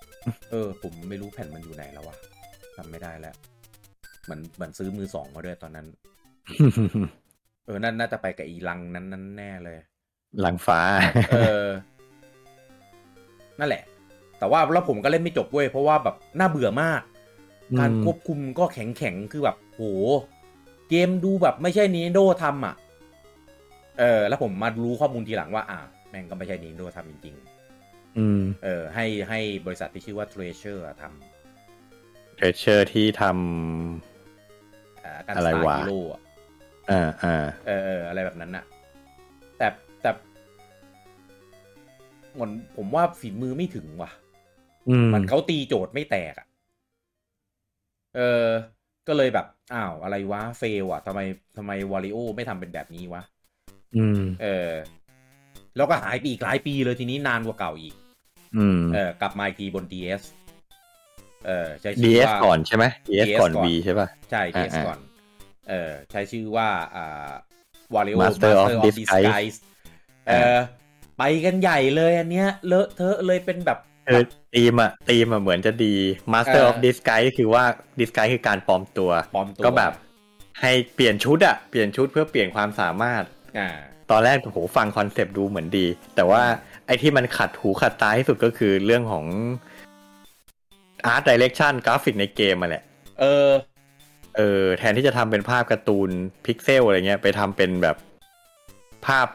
เออ ผมไม่รู้แผ่นมันอยู่ไหนแล้ววะทำไม่ได้แล้วเหมือนเหมือนซื้อมือสองมาด้วยตอนนั้น เออนั่นน่าจะไปกับอีลังนั้นนั้นแน่เลย
หลังฟ้า
เออ นั่นแหละ แต่ว่าแล้วผมก็เล่นไม่จบเว้ยเพราะว่าแบบน่าเบื่อมาก
อืม
การควบคุมก็แข็งแข็งๆคือแบบโหเกมดูแบบไม่ใช่นีโดทำอ่ะ เออ แล้วผมมารู้ข้อมูลทีหลังว่า อ่ะแม่งก็ไม่ใช่นีโดทำจริงๆ
อืม
เออให้ให้บริษัทที่ชื่อว่า Treasure อะทำ
เทรเชอร์ที่ท
เอ่อการส
อะไร
ตาร์
วะ
ฮีโร่อะ
ำอ่าอ่า
เออเอออะไรแบบนั้นอะแต่แต่เหมือนผมว่าฝีมือไม่ถึงว่ะ
อืม
มันเขาตีโจทย์ไม่แตกอะเออ ก็เลยแบบ อ้าว อะไรวะ เฟลอะทำไมทำไมวาริโอไม่ทำเป็นแบบนี้วะ
อืม
เออ แล้วก็หายไปอีกหลายปีเลยทีนี้นานกว่าเก่าอีก
อืม
เออกลับมาอีกทีบน DS เออใช้ชื่อ
DS
ว่า
ก่อนใช่ไหม DS ก่อ
DS
น
ก่อน
V ใช่ป่ะ
ใช่ DS
อ่าๆ
ก่อน เออใช้ชื่อว่า อ่า Wario
Master of Disguise
Disguise เออไปกันใหญ่เลยอันเนี้ย เลอะเทอะเลยเป็นแบบ
คือทีมอะทีมอะเหมือนจะดี Master
เออ
of Disguise คือว่า Disguise คือการปลอมตัว
ปลอมตัว
ก็แบบ ให้เปลี่ยนชุดอะเปลี่ยนชุดเพื่อเปลี่ยนความสามารถ
อ่า
ตอนแรกโอ้โหฟังคอนเซปต์ดูเหมือนดี แต่ว่าไอ้ที่มันขัดหูขัดตาที่สุดก็คือเรื่องของอาร์ตดิเรกชันกราฟิกในเกมมาแหละ
เออ
เออ แทนที่จะทำเป็นภาพการ์ตูนพิกเซลอะไรเงี้ย ไปทำเป็นแบบภาพ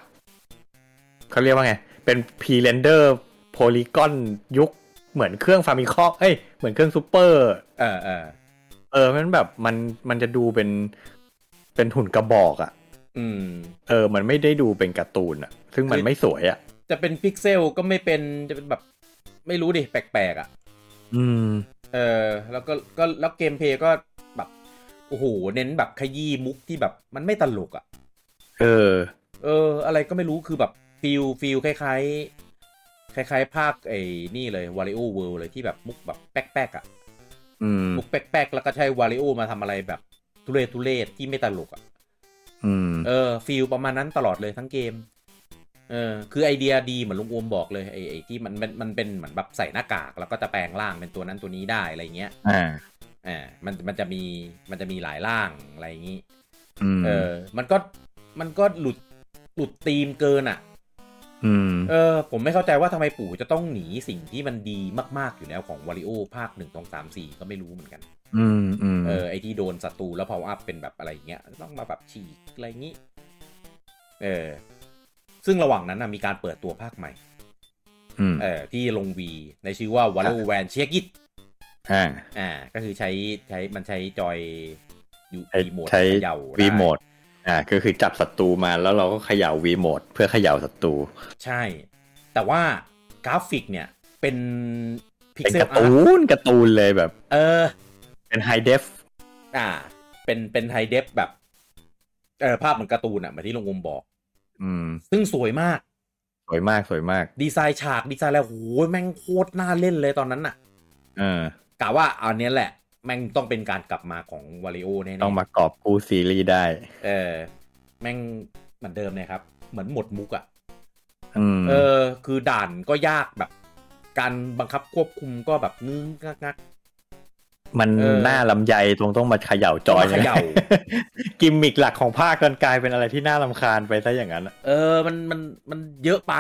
เขาเรียกว่าไง เป็นพรีเรนเดอร์โพลีกอนยุคเหมือนเครื่องฟามิคอเอ้ย เหมือนเครื่องซูเปอร์
เออเออ
เออมันแบบมันมันจะดูเป็นเป็นหุ่นกระบอกอะ
อืม
เออ มันไม่ได้ดูเป็นการ์ตูนอะซึ่งมันไม่สวยอะ
จะเป็นพิกเซลก็ไม่เป็นจะเป็นแบบ ไม่รู้ดิ แปลกๆอ่ะ
อืม
เออ แล้วก็ก็แล้วเกมเพลย์ก็แบบ โอ้โห เน้นแบบขยี้มุกที่แบบ มันไม่ตลกอ่ะ
เออ
เออ อะไรก็ไม่รู้คือแบบฟิลฟิลคล้ายๆ คล้าย ๆ ภาคไอ้นี่เลยวาริโอเวิลด์เลยที่แบบมุกแบบแป๊กๆอ่ะ
อืม
มุกแป๊กๆ แล้วก็ใช้วาริโอมาทำอะไรแบบ ทุเรศทุเรศที่ไม่ตลกอ่ะ
อืม
เออฟิลประมาณนั้นตลอดเลยทั้งเกม เออ คือไอเดียดีเหมือนลุงโอมบอกเลยไอ้ไอ้ที่มันมันมันเป็นเหมือนแบบใส่หน้ากาก แล้วก็จะแปลงร่างเป็นตัวนั้นตัวนี้ได้อะไรเงี้ย
อ่า
เออมันมันจะมีมันจะมีหลายร่างอะไรอย่างงี้
อืม
เออ มันก็มันก็หลุดหลุดธีมเกินอ่ะ
อืม
เออผมไม่เข้าใจว่าทำไมปู่จะต้องหนีสิ่งที่มันดีมากๆอยู่แล้วของวาริโอภาคหนึ่งสองสามสี่ก็ไม่รู้เหมือนกัน
อืมอืม
เออไอที่โดนศัตรูแล้วพาวอัพเป็นแบบอะไรอย่างเงี้ยต้องมาแบบฉีกอะไรอย่างงี้ เออ ซึ่งระหว่างนั้นนะมีการเปิดตัวภาคใหม่
อืม
เออที่ลงวีในชื่อว่าวอลเลแวนเชียกิต
อ่า
อ่า ก็คือใช้ใช้มันใช้จอยยู
ใช้
วีโหมด
ใช้
เขย่าได้
วีโหมดอ่าก็คือจับศัตรูมาแล้วเราก็เขย่าวีโหมดเพื่อเขย่าศัตรู
ใช่ แต่ว่ากราฟิกเนี่ย เป็นพิก
เป็น
เซล
การ์
อา
ตู
ร์
นการ์ตูนเลยแบบ
เออ
เป็นไฮเดฟ
อ่า เป็นเป็นไฮเดฟแบบเออภาพเหมือนการ์ตูนอ่ะเหมือนที่ลงวมบอก
อืม
ซึ่งสวยมาก
สวยมากสวยมาก
ดีไซน์ฉากดีไซน์แล้วโหแม่งโคตรน่าเล่นเลยตอนนั้นน่ะ
เออก
ะว่าอันเนี้ยแหละ แม่งต้องเป็นการกลับมาของวาริโอแน่ๆ
ต้องมากอบกู้ซีรีส์ได้
เออ แม่งเหมือนเดิมเลยครับ เหมือนหมดมุกอะ่ะ
อืม
เออ คือด่านก็ยากแบบ การบังคับควบคุมก็แบบงึ้งงักงัก
มัน
เออ
หน้าลำไยตรงต้องมาเขย่าจอย
ต้องมาเขย่า
กิมมิกหลักของภาคกันกลายเป็นอะไรที่น่าลำคาญไปซะอย่างนั้นอะ
เออ มันมันมันเยอะไป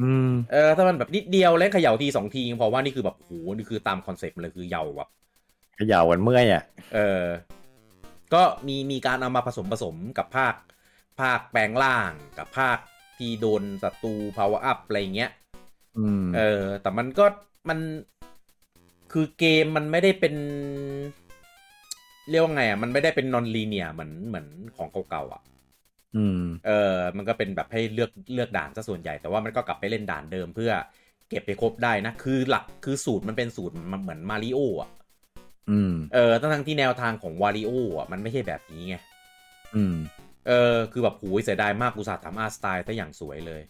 อืม
เออ ถ้ามันแบบนิดเดียวแล้วเขย่าทีสองทีเพราะว่านี่คือแบบโหนี่คือตามคอนเซ็ปต์เลยคือเหย่าแบบ
เขย่ากันเมื่อยอ่ะ
เออ ก็มีมีการเอามาผสมผสมกับภาค ภาคแปลงร่างกับภาคที่โดนศัตรู power up อะไรเงี้ย
อืม
เออ แต่มันก็มันคือเกมมันไม่ได้เป็น เรียกว่าไงอ่ะ มันไม่ได้เป็นนอนลีเนียเหมือนเหมือนของเก่าๆอ่ะ
อืม
เออ มันก็เป็นแบบให้เลือกเลือกด่านซะส่วนใหญ่ แต่ว่ามันก็กลับไปเล่นด่านเดิมเพื่อเก็บไปครบได้นะ คือหลักคือสูตรมันเป็นสูตรมันเหมือนมาริโออ่ะ
อืม
เออทั้งทั้งๆที่แนวทางของวาริโออ่ะมันไม่ใช่แบบนี้ไง
อืม
เออคือแบบหูยเสียดายมากอุตส่าห์ทำอาร์ตสไตล์ซะอย่างสวยเลย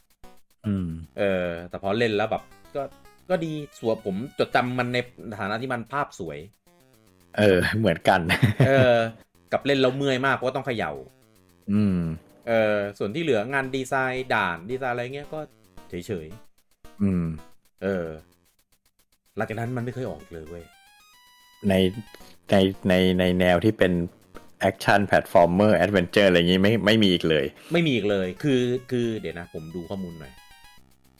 อืม
เออ แต่พอเล่นแล้วแบบก็ก็ดีสวยผมจดจำมันในฐานะที่มันภาพสวย
เออ เหมือน กัน
เออ กับเล่นแล้วเมื่อยมากเพราะว่าต้องเขย่า
อืม
เออส่วนที่เหลืองานดีไซน์ด่านดีไซน์อะไรเงี้ยก็เฉยเฉย
อืม
ๆเออ หลังจากนั้นมันไม่เคยออกอีกเลยเว้ย
ในในในในแนวที่เป็นแอคชั่นแพลตฟอร์มเมอร์แอดเวนเจอร์อะไรอย่างนี้ไม่ไม่มีอีกเลย
ไม่มีอีกเลย คือคือเดี๋ยวนะ ผมดูข้อมูลหน่อย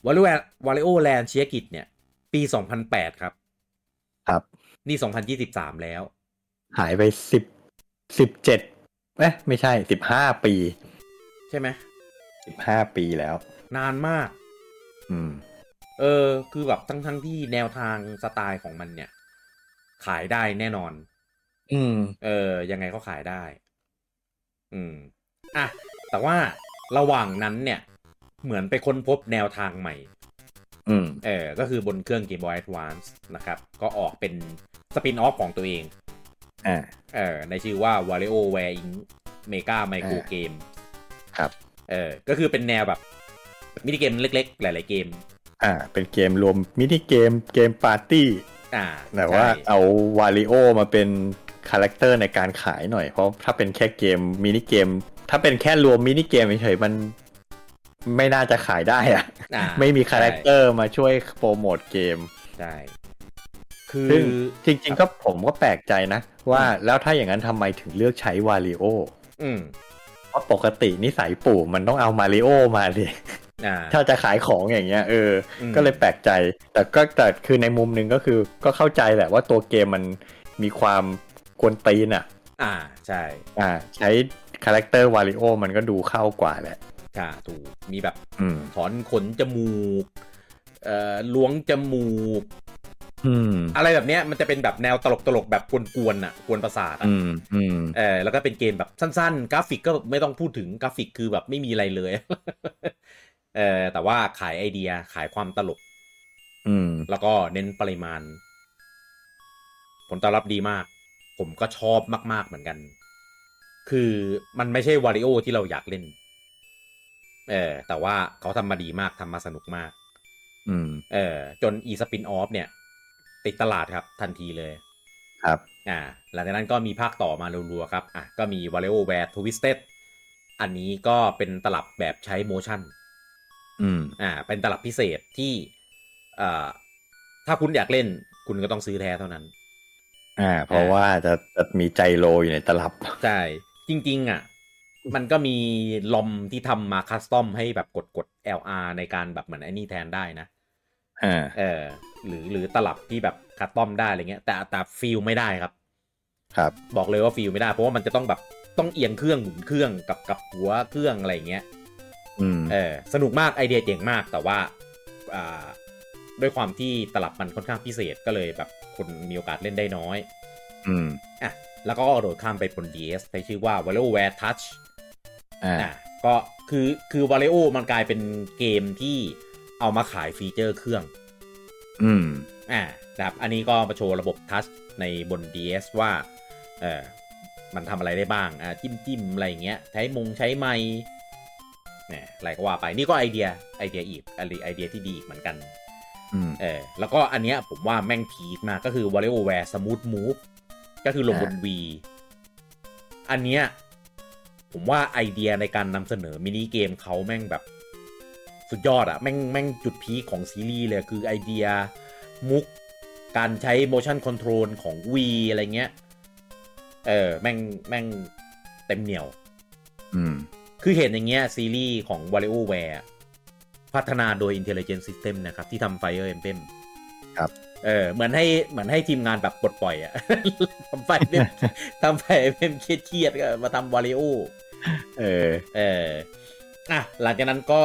วาริโอวาริโอแลนด์เชียกิจเนี่ย ปี 2008 ครับ
ครับ
นี่ 2023 แล้ว
หายไปสิบสิบเจ็ดเอ๊ะไม่ใช่สิบห้าปี
ใช่ไหม
สิบห้าปีแล้ว
นานมาก
อืม
เออ คือแบบทั้งทั้งที่แนวทางสไตล์ของมันเนี่ย ขายได้แน่นอน
อืม
เออ ยังไงก็ขายได้ อืม อ่ะ แต่ว่าระหว่างนั้นเนี่ย เหมือนไปค้นพบแนวทางใหม่
อืม
เออ ก็คือบนเครื่อง Game Boy Advance นะครับ ก็ออกเป็นสปินออฟของตัวเอง
อ่า
เออ ในชื่อว่า Wario Ware Inc. Mega Micro Game
ครับ
เออ ก็คือเป็นแนวแบบมินิเกมเล็กๆ หลาย ๆ เกม
อ่า เป็นเกมรวมมินิเกมเกมปาร์ตี้
อ่า
แต่ว่า
ใช่
เอาวาริโอมาเป็นคาแรคเตอร์ในการขายหน่อย เพราะถ้าเป็นแค่เกมมินิเกม ถ้าเป็นแค่รวมมินิเกมเฉยๆมันไม่น่าจะขายได้อะ
อ่า
ไม่มีคาแรคเตอร์มาช่วยโปรโมทเกม
ใช่คือ
ซึ่งจริงๆก็ผมก็แปลกใจนะ ว่าแล้วถ้าอย่างนั้นทำไมถึงเลือกใช้วาริโอ
อืม
เพราะปกตินิสัยปู่มันต้องเอามาริโอมาเลย
อ่า
ถ้าจะขายของอย่างเงี้ยเออ
อืม
ก็เลยแปลกใจ แต่ก็แต่คือในมุมหนึ่งก็คือก็เข้าใจแหละว่าตัวเกมมันมีความกวนตีนอ่ะ
อ่า ใช่
อ่า ใช้คาแรคเตอร์วาริโอมันก็ดูเข้ากว่าแหละ
ใช่ถูก มีแบบ
อืม
ถอนขนจมูก เอ่อล้วงจมูก
อืม
อะไรแบบเนี้ย มันจะเป็นแบบแนวตลกตลกๆแบบกวนๆน่ะ กวนประสาทอะ
อืม อืม
เออแล้วก็เป็นเกมแบบสั้นๆ กราฟิกก็ไม่ต้องพูดถึงกราฟิกคือแบบไม่มีอะไรเลย เออแต่ว่าขายไอเดียขายความตลก
อืม
แล้วก็เน้นปริมาณ ผลตอบรับดีมาก ผมก็ชอบมาก ๆ เหมือนกัน คือมันไม่ใช่วาริโอที่เราอยากเล่น เออ แต่ว่าเขาทำมาดีมากทำมาสนุกมาก
อืม
เออ จนอีสปินออฟเนี่ย ติดตลาดครับ ทันทีเลย
ครับ
อ่า หลังจากนั้นก็มีภาคต่อมารัวๆครับ อ่ะ ก็มี w a r i o w a r e Twisted อันนี้ก็เป็นตลับแบบใช้ motion
อืม
อ่า เป็นตลับพิเศษที่เอ่อถ้าคุณอยากเล่น คุณก็ต้องซื้อแท้เท่านั้น
อ่า เพราะว่าจะจะมีใจโลอยู่ในตลับ
ใช่ จริง ๆ อ่ะ มันก็มีลอมที่ทำมาคัสตอมให้แบบกดกด LR ในการแบบเหมือนไอ้นี่แทนได้นะ
อ่า
เออ หรือหรือตลับที่แบบคัสตอมได้อะไรเงี้ย แต่แต่ฟิลไม่ได้ครับ
ครับ
บอกเลยว่าฟิลไม่ได้ เพราะว่ามันจะต้องแบบต้องเอียงเครื่องหมุนเครื่องกับกับหัวเครื่องอะไรอย่างเงี้ย
อืม
เออสนุกมากไอเดียเจ๋งมากแต่ว่าอ่าด้วยความที่ตลับมันค่อนข้างพิเศษก็เลยแบบคนมีโอกาสเล่นได้น้อย
อืม
อ่ะ แล้วก็โดดข้ามไปบน DS ใช้ชื่อว่า v a l o w a r e Touch
อ่า
อ่ะก็คือคือ v a l o มันกลายเป็นเกมที่เอามาขายฟีเจอร์เครื่อง
อืม
อ่านะครับอันนี้ก็มาโชว์ระบบทัชในบน DS ว่าเออมันทำอะไรได้บ้างอ่าจิ้มจิ้มอะไรอย่างเงี้ย ใช้มงใช้ไม้เนี่ยอะไรก็ว่าไปนี่ก็ไอเดียไอเดียอีกไอเดียไอเดียที่ดีอีกเหมือนกัน
อืม
เออแล้วก็อันเนี้ยผมว่าแม่งพีคมากก็คือ w a r i o w a r e Smooth Move ก็คือลงบน V อันเนี้ยผมว่าไอเดียในการนำเสนอมินิเกมเขาแม่งแบบสุดยอดอะแม่งแม่งจุดพีคของซีรีส์เลยคือไอเดียมุก การใช้ motion control ของ V อะไรเงี้ย เออแม่งแม่งเต็มเหนียว
อืม
คือเห็นอย่างเงี้ยซีรีส์ของ w a r i o w a r e พัฒนาโดย Intelligent System นะครับ ที่ทำ Fire Emblem
ครับ
เออเหมือนให้เหมือนให้ทีมงานแบบปลดปล่อยอะ ทำไฟเ็ม ทำไฟเ็มเครียดๆก็มาทำวาริโอ
เออ
เอออ่ะหลังจากนั้นก็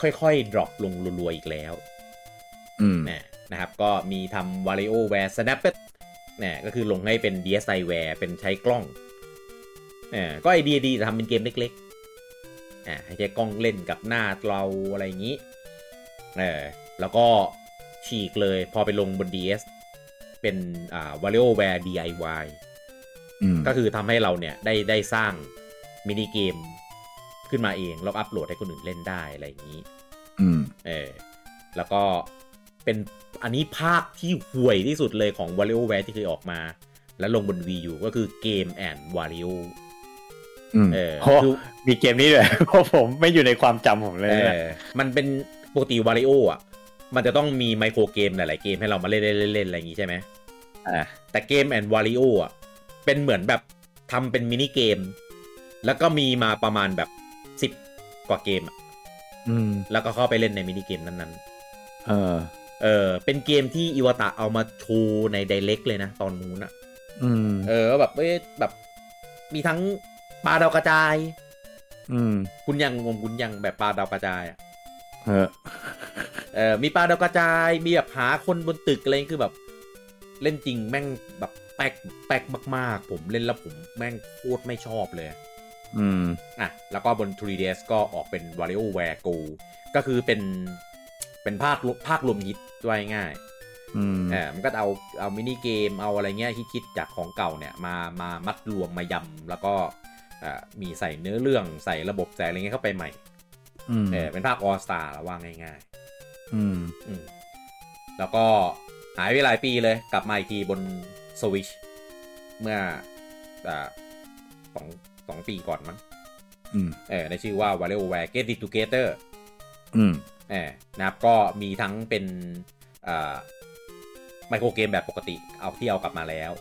ค่อยๆ ดรอปลงรัวๆอีกแล้ว
อืม
นะนะครับ ก็มีทำ v a r i o w a r e Snappet นะก็คือลงให้เป็น DSi w a r e เป็นใช้กล้องนะก็ไอเดียดีแต่ทำเป็นเกมเล็กๆอ่ะให้ใช้กล้องเล่นกับหน้าเราอะไรอย่างนี้เออแล้วก็ฉีกเลยพอไปลงบน DS เป็นอ่า v a r i o w a r e DIY
อืม
ก็คือทำให้เราเนี่ยได้ได้สร้างมินิเกมขึ้นมาเอง แล้วอัปโหลดให้คนอื่นเล่นได้อะไรอย่างนี้
อืม
เออแล้วก็เป็นอันนี้ภาคที่ห่วยที่สุดเลยของ w a r i o w a r e ที่เคยออกมา แล้วลงบน Wii U ก็คือเกมแอนวาริโอ
อืม
เออ
โอ้
คือ
มีเกมนี้ด้วย เพราะผมไม่อยู่ในความจำผมเลย
เอ
นะ
อมันเป็นปกติวาริโออ่ะ มันจะต้องมีไมโครเกมหลาย ๆ เกมให้เรามาเล่นเล่นเล่นๆๆๆอะไรอย่างนี้ใช่ไหม
อ่า
แต่เกมแอนวาริโออ่ะ เป็นเหมือนแบบทำเป็นมินิเกม แล้วก็มีมาประมาณแบบสิบกว่าเกมอะ
อืม
แล้วก็เข้าไปเล่นในมินิเกมนั้นๆ
เออ
เออเป็นเกมที่อิวตะเอามาโชว์ในไดเล็กเลยนะ ตอนนู้นอะ
อืม
เออแบบเอ้ยแบบมีทั้งปลาดาวกระจาย
อืม
คุณยังงงคุณยังแบบปลาดาวกระจายอะ
เออ
เออมีปลาดาวกระจาย มีแบบหาคนบนตึกอะไรคือแบบ เล่นจริงแม่งแบบแป๊กแป๊กมากๆ ผมเล่นแล้วผมแม่งโคตรไม่ชอบเลย
อืม
อ่ะแล้วก็บน 3ds ก็ออกเป็น w a r i o w a r e Go ก็คือเป็นเป็นภาครวมภาครวมฮิตไว้ง่าย
อืม
เออมันก็เอาเอามินิเกมเอาอะไรเงี้ยที่คิดจากของเก่าเนี่ยมามามัดรวมมายำแล้วก็เอ่อมีใส่เนื้อเรื่องใส่ระบบใส่อะไรเงี้ยเข้าไปใหม่
อืม
เออเป็นภาคออสตาละว่าง่าย
อืม
ๆอืมแล้วก็หายไปหลายปีเลยกลับมาอีกทีบนสวิชเมื่อเอ่อสองสองปีก่อนมั้ง
อืม
เออในชื่อว่า w a r i o w a r e Get It Together
อืม
เออนะครับก็มีทั้งเป็นไมโครเกมแบบปกติเอาที่เอากลับมาแล้ว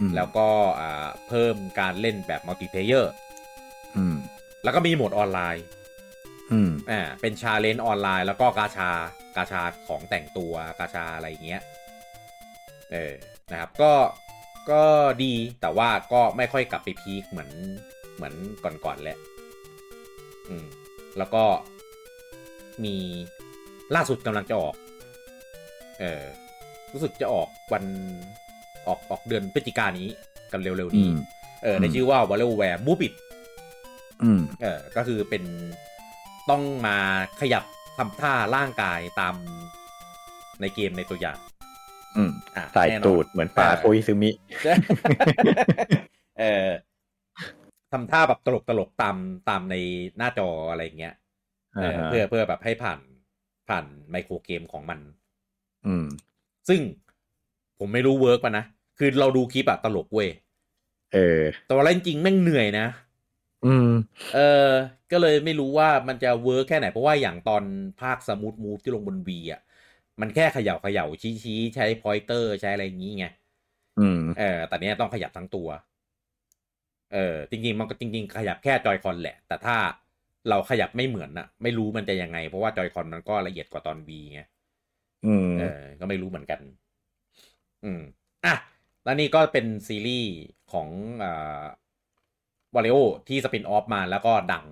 อืม
แล้วก็อ่าเพิ่มการเล่นแบบมัลติเพเยอร์
อืม
แล้วก็มีโหมดออนไลน์
อืม
อ่าเป็นชาเลนจ์ออนไลน์ แล้วก็กาชากาชาของแต่งตัวกาชาอะไรอย่างเงี้ย เออ นะครับ ก็ ก็ดีแต่ว่าก็ไม่ค่อยกลับไปพีคเหมือน เหมือนก่อนๆแหละ อืม แล้วก็มีล่าสุดกำลังจะออก เออ รู้สึกจะออกวันออกออกเดือนพฤศจิกายนนี้กันเร็วๆนี้
อืม
เออใน
อืม
ชื่อว่า w a l l w a r e m o v e It
อืม
เออก็คือเป็นต้องมาขยับทำท่าร่างกายตามในเกมในตัวอย่าง
อืม
อ่ะ
ใส่
แน่นอน
ตูดเหมือนปลา
เออ
โคอิซึมิ
เออทำท่าแบบตลกตลกๆตามตามในหน้าจออะไรอย่างเงี้ยเออเพื่อเพื่อแบบให้ผ่านผ่านไมโครเกมของมัน
อืม
ซึ่งผมไม่รู้เวิร์กป่ะนะ คือเราดูคลิปอะตลกเว้ย
เออ
แต่ว่าเล่นจริงแม่งเหนื่อยนะ
อืม
เออ ก็เลยไม่รู้ว่ามันจะเวิร์กแค่ไหน เพราะว่าอย่างตอนภาคสมูทมูฟที่ลงบนวีอ่ะ มันแค่เขย่าเขย่าชี้ชี้ใช้พอยเตอร์ใช้อะไรอย่างนี้ไง
อืม
เออ แต่เนี้ยต้องขยับทั้งตัว เออ จริงๆ มันก็จริง ๆ ขยับแค่จอยคอนแหละ แต่ถ้าเราขยับไม่เหมือนน่ะ ไม่รู้มันจะยังไง เพราะว่าจอยคอนมันก็ละเอียดกว่าตอนวีไง
อืม
เออ ก็ไม่รู้เหมือนกัน อืม อ่ะ แล้วนี่ก็เป็นซีรีส์ของวาเลโอที่สปินออฟมาแล้วก็ดัง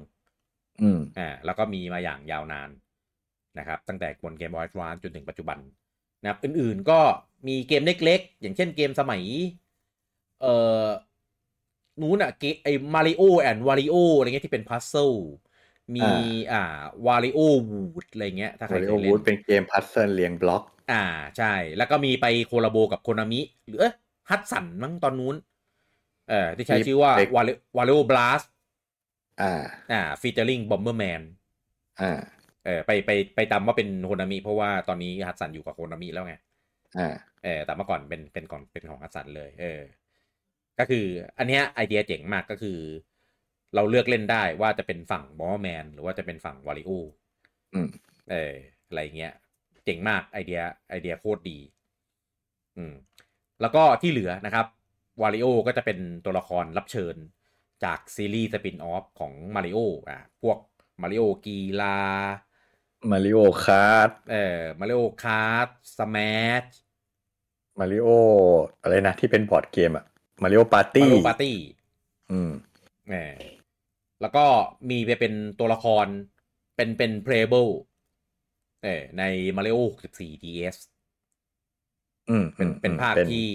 อืม
อ่าแล้วก็มีมาอย่างยาวนานนะครับ ตั้งแต่บนเกมบอยส์วานจนถึงปัจจุบันนะครับ อื่นๆก็มีเกมเล็กๆ อย่างเช่นเกมสมัย เอ่อ นู้นอะเกมไอมาริโอแอนวาริโออะไรเงี้ยที่เป็นพัซเซิลมี
อ่า
อ่าวาริโอวูดอะไรเงี้ย ถ้าใคร
วาริ
เค
โอย
เล่
วูด
น
เป็นเกมพัซเซิลเรียงบล็อก
อ่าใช่ แล้วก็มีไปโคลาโบกับโคนามิ หรือฮัตสันมั้งตอนนู้น เออที่ใช้ชื่อว่า
Big
วาเลวาเลโอบลาส
อ่า
อ่าฟีเจอริงบอมเบอร์แมน
อ่า
เออไปไปไปตามว่าเป็นโคนามิเพราะว่าตอนนี้ฮัตสันอยู่กับโคนามิแล้วไง
อ่า
เออแต่เมื่อก่อนเป็นเป็นก่อนเป็นของฮัตสันเลย เออ ก็คือ อันเนี้ยไอเดียเจ๋งมากก็คือ เราเลือกเล่นได้ว่าจะเป็นฝั่งบอมแมนหรือว่าจะเป็นฝั่งวาริโอ
อืม
เอออะไรเงี้ย เจ๋งมากไอเดียไอเดียโคตรดี อืม แล้วก็ที่เหลือนะครับวาริโอก็จะเป็นตัวละครรับเชิญจากซีรีส์สปินออฟของมาริโออ่ะพวกมาริโอกีฬา
มาริโอคาร์ด
เอ่อมาริโอคาร์ดสมาช
มาริโออะไรนะ ที่เป็นบอร์ดเกมอะมาริโอปาร์
มา
ตี้
ริโอปาร์ตี้
อืม
เออแล้วก็มีไปเป็นตัวละครเป็นเป็นเพลเบิลเออในมาริโอ64 DS
อืม
เป็น
อืม
เป็นภาคที่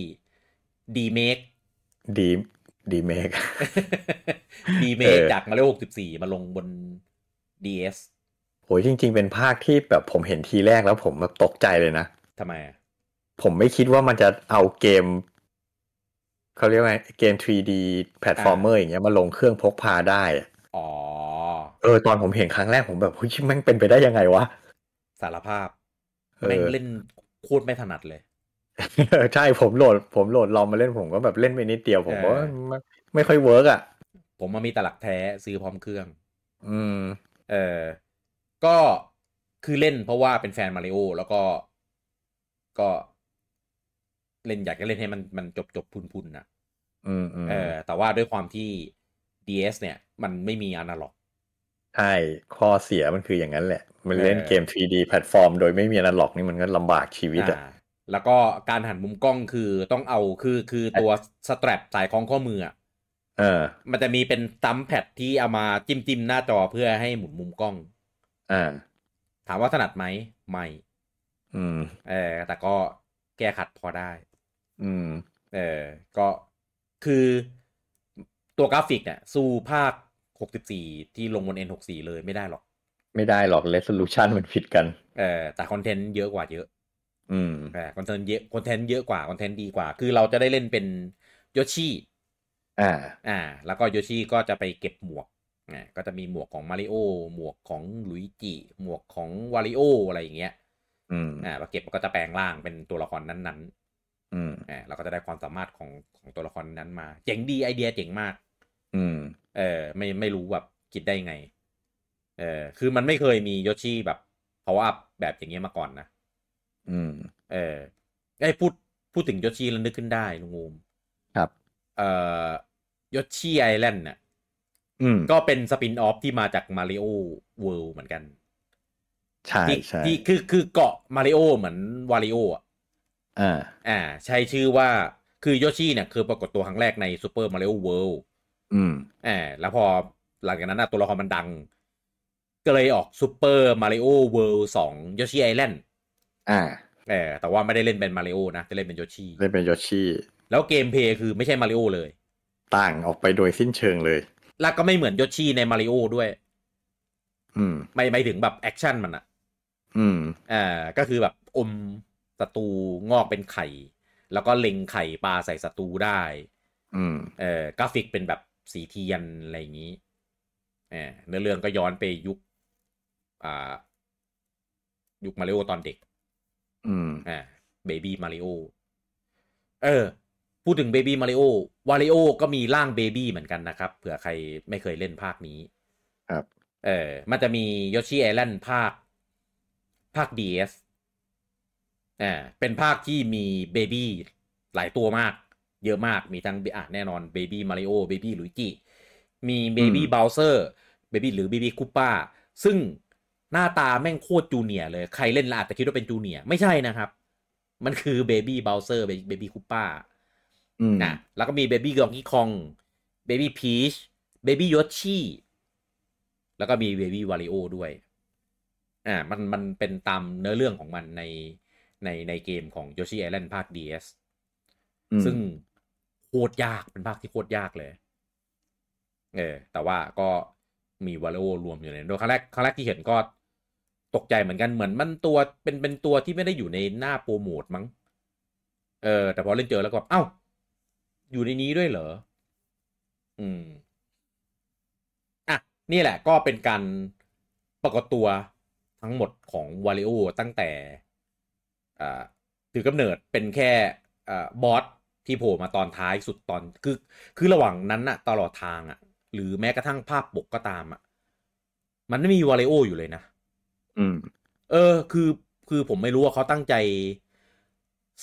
ดีเม ค
ดีดีเมก
ดีเม
เอ
ค
อ
จากมาริโอ64 มาลงบน DS
โหยจริง ๆ เป็นภาคที่แบบผมเห็นทีแรกแล้วผมแบบตกใจเลยนะ
ทำไมอะ
ผมไม่คิดว่ามันจะเอาเกม เขาเรียกว่าไงเกม 3D แพลตฟอร์มเมอร์อย่างเงี้ยมาลงเครื่องพกพาได้อะ
อ๋อ
เออตอนผมเห็นครั้งแรกผมแบบเฮ้ยแม่งเป็นไปได้ยังไงวะ
สารภาพ
เออ
แม่งเล่นโคตรไม่ถนัดเลย
เออใช่ผมโหลด ผมโหลดลองมาเล่นผมก็แบบเล่นไปนิดเดียวผม
เออ
ว่าไม่ไม่ค่อยเวิร์กอ่ะ
ผมมามีแตหลักแท้ซื้อพร้อมเครื่อง
อืม
เออก็คือเล่นเพราะว่าเป็นแฟนมาริโอแล้วก็ก็เล่นอยากจะเล่นให้มันมันจบจบพุนพุนๆนะ
อืมอืม
เออแต่ว่าด้วยความที่ DS เนี่ย มันไม่มีอนาล็อก
ใช่ข้อเสียมันคืออย่างนั้นแหละ มัน
เออ
เล่นเกม 3D แพลตฟอร์มโดยไม่มีอนาล็อกนี่มันก็ลำบากชีวิตอ่ะ
อ่าแล้วก็การหันมุมกล้องคือต้องเอาคือคือตัวสแตรปสายคล้องข้อมืออะ
เออ
มันจะมีเป็นตัมแพดที่เอามาจิ้มจิ้มหน้าจอเพื่อให้หมุนมุมกล้อง
อ่า
ถามว่าถนัดไหมไม่
อืม
เออแต่ก็แก้ขัดพอได้
อืม
เออ ก็คือตัวกราฟิกเนี่ยสู้ภาค 64 ที่ลงบน N64 เลยไม่ได้หรอก
ไม่ได้หรอก resolution มันผิดกัน
เออแต่คอนเทนต์เยอะกว่าเยอะ
อืม
เออคอนเทนต์เยอะคอนเทนต์เยอะกว่า คอนเทนต์ดีกว่า คือเราจะได้เล่นเป็นโยชิ
อ่า
อ่า แล้วก็โยชิก็จะไปเก็บหมวกอ่าก็จะมีหมวกของมาริโอหมวกของหลุยจิหมวกของวาริโออะไรอย่างเงี้ย
อืม
อ่าพอเก็บมันก็จะแปลงร่างเป็นตัวละครนั้น
อืม
ๆอ่าเราก็จะได้ความสามารถของของตัวละครนั้นมาเจ๋งดีไอเดียเจ๋งมาก
อืม
เออไม่ไม่รู้แบบคิดได้ไง เออคือมันไม่เคยมีโยชิแบบ power up แบบอย่างเงี้ยมาก่อนนะ
อืม
เออไอ้ยพูดพูดถึงโยชิแล้วนึกขึ้นได้ลุงงูม
ครับ
เอ่อโยชิไอแลนด์น่ะ
อืม
ก็เป็นสปินออฟที่มาจากมาริโอเวิลด์เหมือนกัน
ใช่
ที่
ใช่
ที่คือคือเกาะมาริโอเหมือนวาริโออ่ะ
อ่า
อ่า ใช้ชื่อว่าคือโยชิเนี่ยคือปรากฏตัวครั้งแรกในซูเปอร์มาริโอเวิลด์
อืม
อ่าแล้วพอหลังจากนั้นนะตัวละครมันดัง ก็เลยออกซูเปอร์มาริโอเวิลด์สองโยชิไอแลนด์
อ่า
เออแต่ว่าไม่ได้เล่นเป็นมาริโอนะ จะเล่นเป็นโยชิ
เล่นเป็นโยชิ
แล้วเกมเพลย์คือไม่ใช่มาริโอเลย
ต่างออกไปโดยสิ้นเชิงเลย
แล้วก็ไม่เหมือนโยชิในมาริโอด้วย
อืม
ไม่ไม่ถึงแบบแอคชั่นมันอะ
อืม
เอ่าก็คือแบบอมศัตรูงอกเป็นไข่ แล้วก็เล็งไข่ปลาใส่ศัตรูได้
อืม
เออกราฟิกเป็นแบบสีเทียนอะไรอย่างนี้เออเนื้อเรื่องก็ย้อนไปยุคอ่ายุคมาริโอตอนเด็ก
อืม
อ่าเบบี้มาริโอเออ พูดถึงเบบี้มาริโอวาริโอก็มีร่างเบบี้เหมือนกันนะครับ เผื่อใครไม่เคยเล่นภาคนี้
ครับ
เออ มันจะมีโยชิ i อแลนด์ภาค ภาค DS อ่าเป็นภาคที่มีเบบี้หลายตัวมาก เยอะมากมีทั้งอ่ะแน่นอนเบบี้มาริโอเบบี้ลุยจิมีเบบี้
อืม
บ w เซอร์เบบี้หรือเบบี้คูป้าซึ่งหน้าตาแม่งโคตรจูเนียร์เลย ใครเล่นและอาจจะคิดว่าเป็นจูเนียร์ไม่ใช่นะครับ มันคือเบบี้บ w เซอร์เบบี้คูป้า
อืม
นะแล้วก็มี Baby Donkey Kong Baby Peach Baby Yoshi แล้วก็มี Baby Wario ด้วย อ่า มัน มันเป็นตามเนื้อเรื่องของมันใน ใน ในเกมของ Yoshi Island ภาค DS
อืม
ซึ่งโคตรยาก เป็นภาคที่โคตรยากเลย เออ แต่ว่าก็มีวาเลโอรวมอยู่ในนั้นโดยครั้งแรก ครั้งแรกที่เห็นก็ตกใจเหมือนกัน เหมือนมันตัว เป็น เป็นตัวที่ไม่ได้อยู่ในหน้าโปรโมทมั้ง เออ แต่พอเล่นเจอแล้วก็แบบเอ้า อยู่ในนี้ด้วยเหรอ อืม อ่ะ นี่แหละก็เป็นการปรากฏตัวทั้งหมดของวาริโอตั้งแต่อ่าถือกำเนิดเป็นแค่อ่าบอสที่โผล่มาตอนท้ายสุดตอนคือคือระหว่างนั้นอะตลอดทางอะหรือแม้กระทั่งภาพปกก็ตามอะมันไม่มีวาริโออยู่เลยนะ
อืม
เออ คือคือผมไม่รู้ว่าเขาตั้งใจ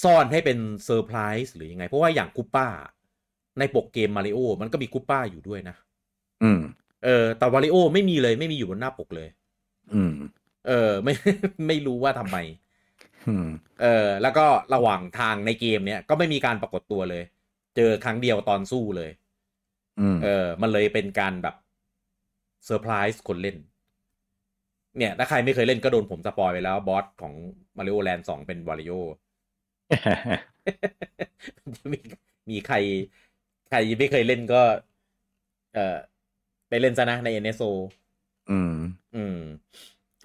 ซ่อนให้เป็นเซอร์ไพรส์หรือยังไง เพราะว่าอย่างคูป้า ในปกเกมมาริโอมันก็มีคูป้าอยู่ด้วยนะ
อืม
เออแต่วาริโอไม่มีเลยไม่มีอยู่บนหน้าปกเลย
อืม
เออ ไม่ ไม่รู้ว่าทำไม
อืม
เออ แล้วก็ระหว่างทางในเกมเนี้ยก็ไม่มีการปรากฏตัวเลย เจอครั้งเดียวตอนสู้เลย
อืม
เออ มันเลยเป็นการแบบเซอร์ไพรส์คนเล่น เนี่ย ถ้าใครไม่เคยเล่นก็โดนผมสปอยไปแล้วบอสของมาริโอแลนด์สองเป็นวาริโอ มีมีใคร ใครยังไม่เคยเล่นก็ เออไปเล่นซะนะใน NSO
อืม
อืม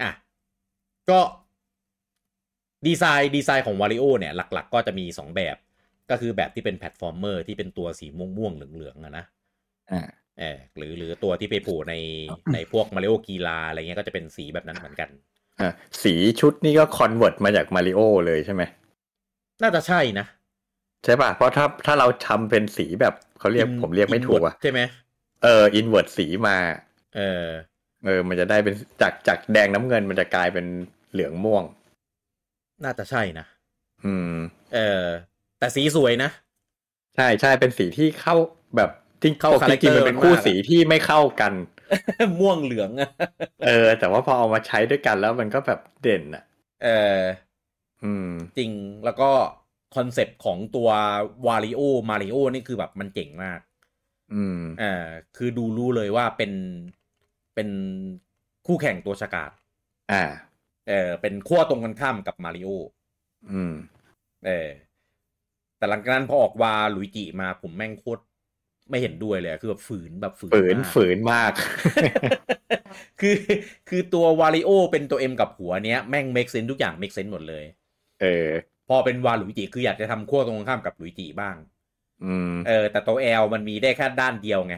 อ่ะ ก็ดีไซน์ดีไซน์ของวาริโอเนี่ย หลัก ๆ ก็จะมีสองแบบ ก็คือแบบที่เป็นแพลตฟอร์มเมอร์ที่เป็นตัวสีม่วงม่วงๆเหลืองๆอะนะ
อ่า
เออหรือหรือตัวที่ไปโผล่ในในพวกมาริโอกีฬาอะไรเงี้ยก็จะเป็นสีแบบนั้นเหมือนกัน
อ่าสีชุดนี่ก็คอนเวิร์ตมาจากมาริโอเลยใช่ไหม
น่าจะใช่นะ
ใช่ป่ะ เพราะถ้าถ้าเราทำเป็นสีแบบเขาเรียกผมเรียกไม่ถูกอ่ะ
ใช่ไหม
เอออินเวิร์ตสีมา
เออ
เออ มันจะได้เป็นจากจากแดงน้ำเงินมันจะกลายเป็นเหลืองม่วง
น่าจะใช่นะ
อืม
เออ แต่สีสวยนะ
ใช่ใช่เป็นสีที่เข้าแบบที่
เข้า
ปกติจริง
character
ๆมันเป็นคู่
มากๆอะ
สีที่ไม่เข้ากัน
ม่วงเหลืองอะ
เออ แต่ว่าพอเอามาใช้ด้วยกันแล้วมันก็แบบเด่นอ่ะ
เออ
อืม
จริงแล้วก็คอนเซปต์ของตัววาริโอมาริโอนี่คือแบบมันเจ๋งมาก
อืม
อ่าคือดูรู้เลยว่าเป็นเป็นคู่แข่งตัวฉกาด
อ่า
เออเป็นขั้วตรงกันข้ามกับมาริโอ
อืม
เออแต่หลังจากนั้นพอออกวาลุยจิมาผมแม่งโคตรไม่เห็นด้วยเลยอะคือแบบฝืนแบบฝืน
ฝืน
มาก
ฝืนมาก
คือคือตัววาริโอเป็นตัวเอ็มกับหัวเนี้ยแม่งเมคเซนทุกอย่างเมคเซนหมดเลย
เออ
พอเป็นวาลุยจิคืออยากจะทำขั้วตรงกันข้ามกับลุยจิบ้าง
อืม
เออแต่ตัว L มันมีได้แค่ด้านเดียวไง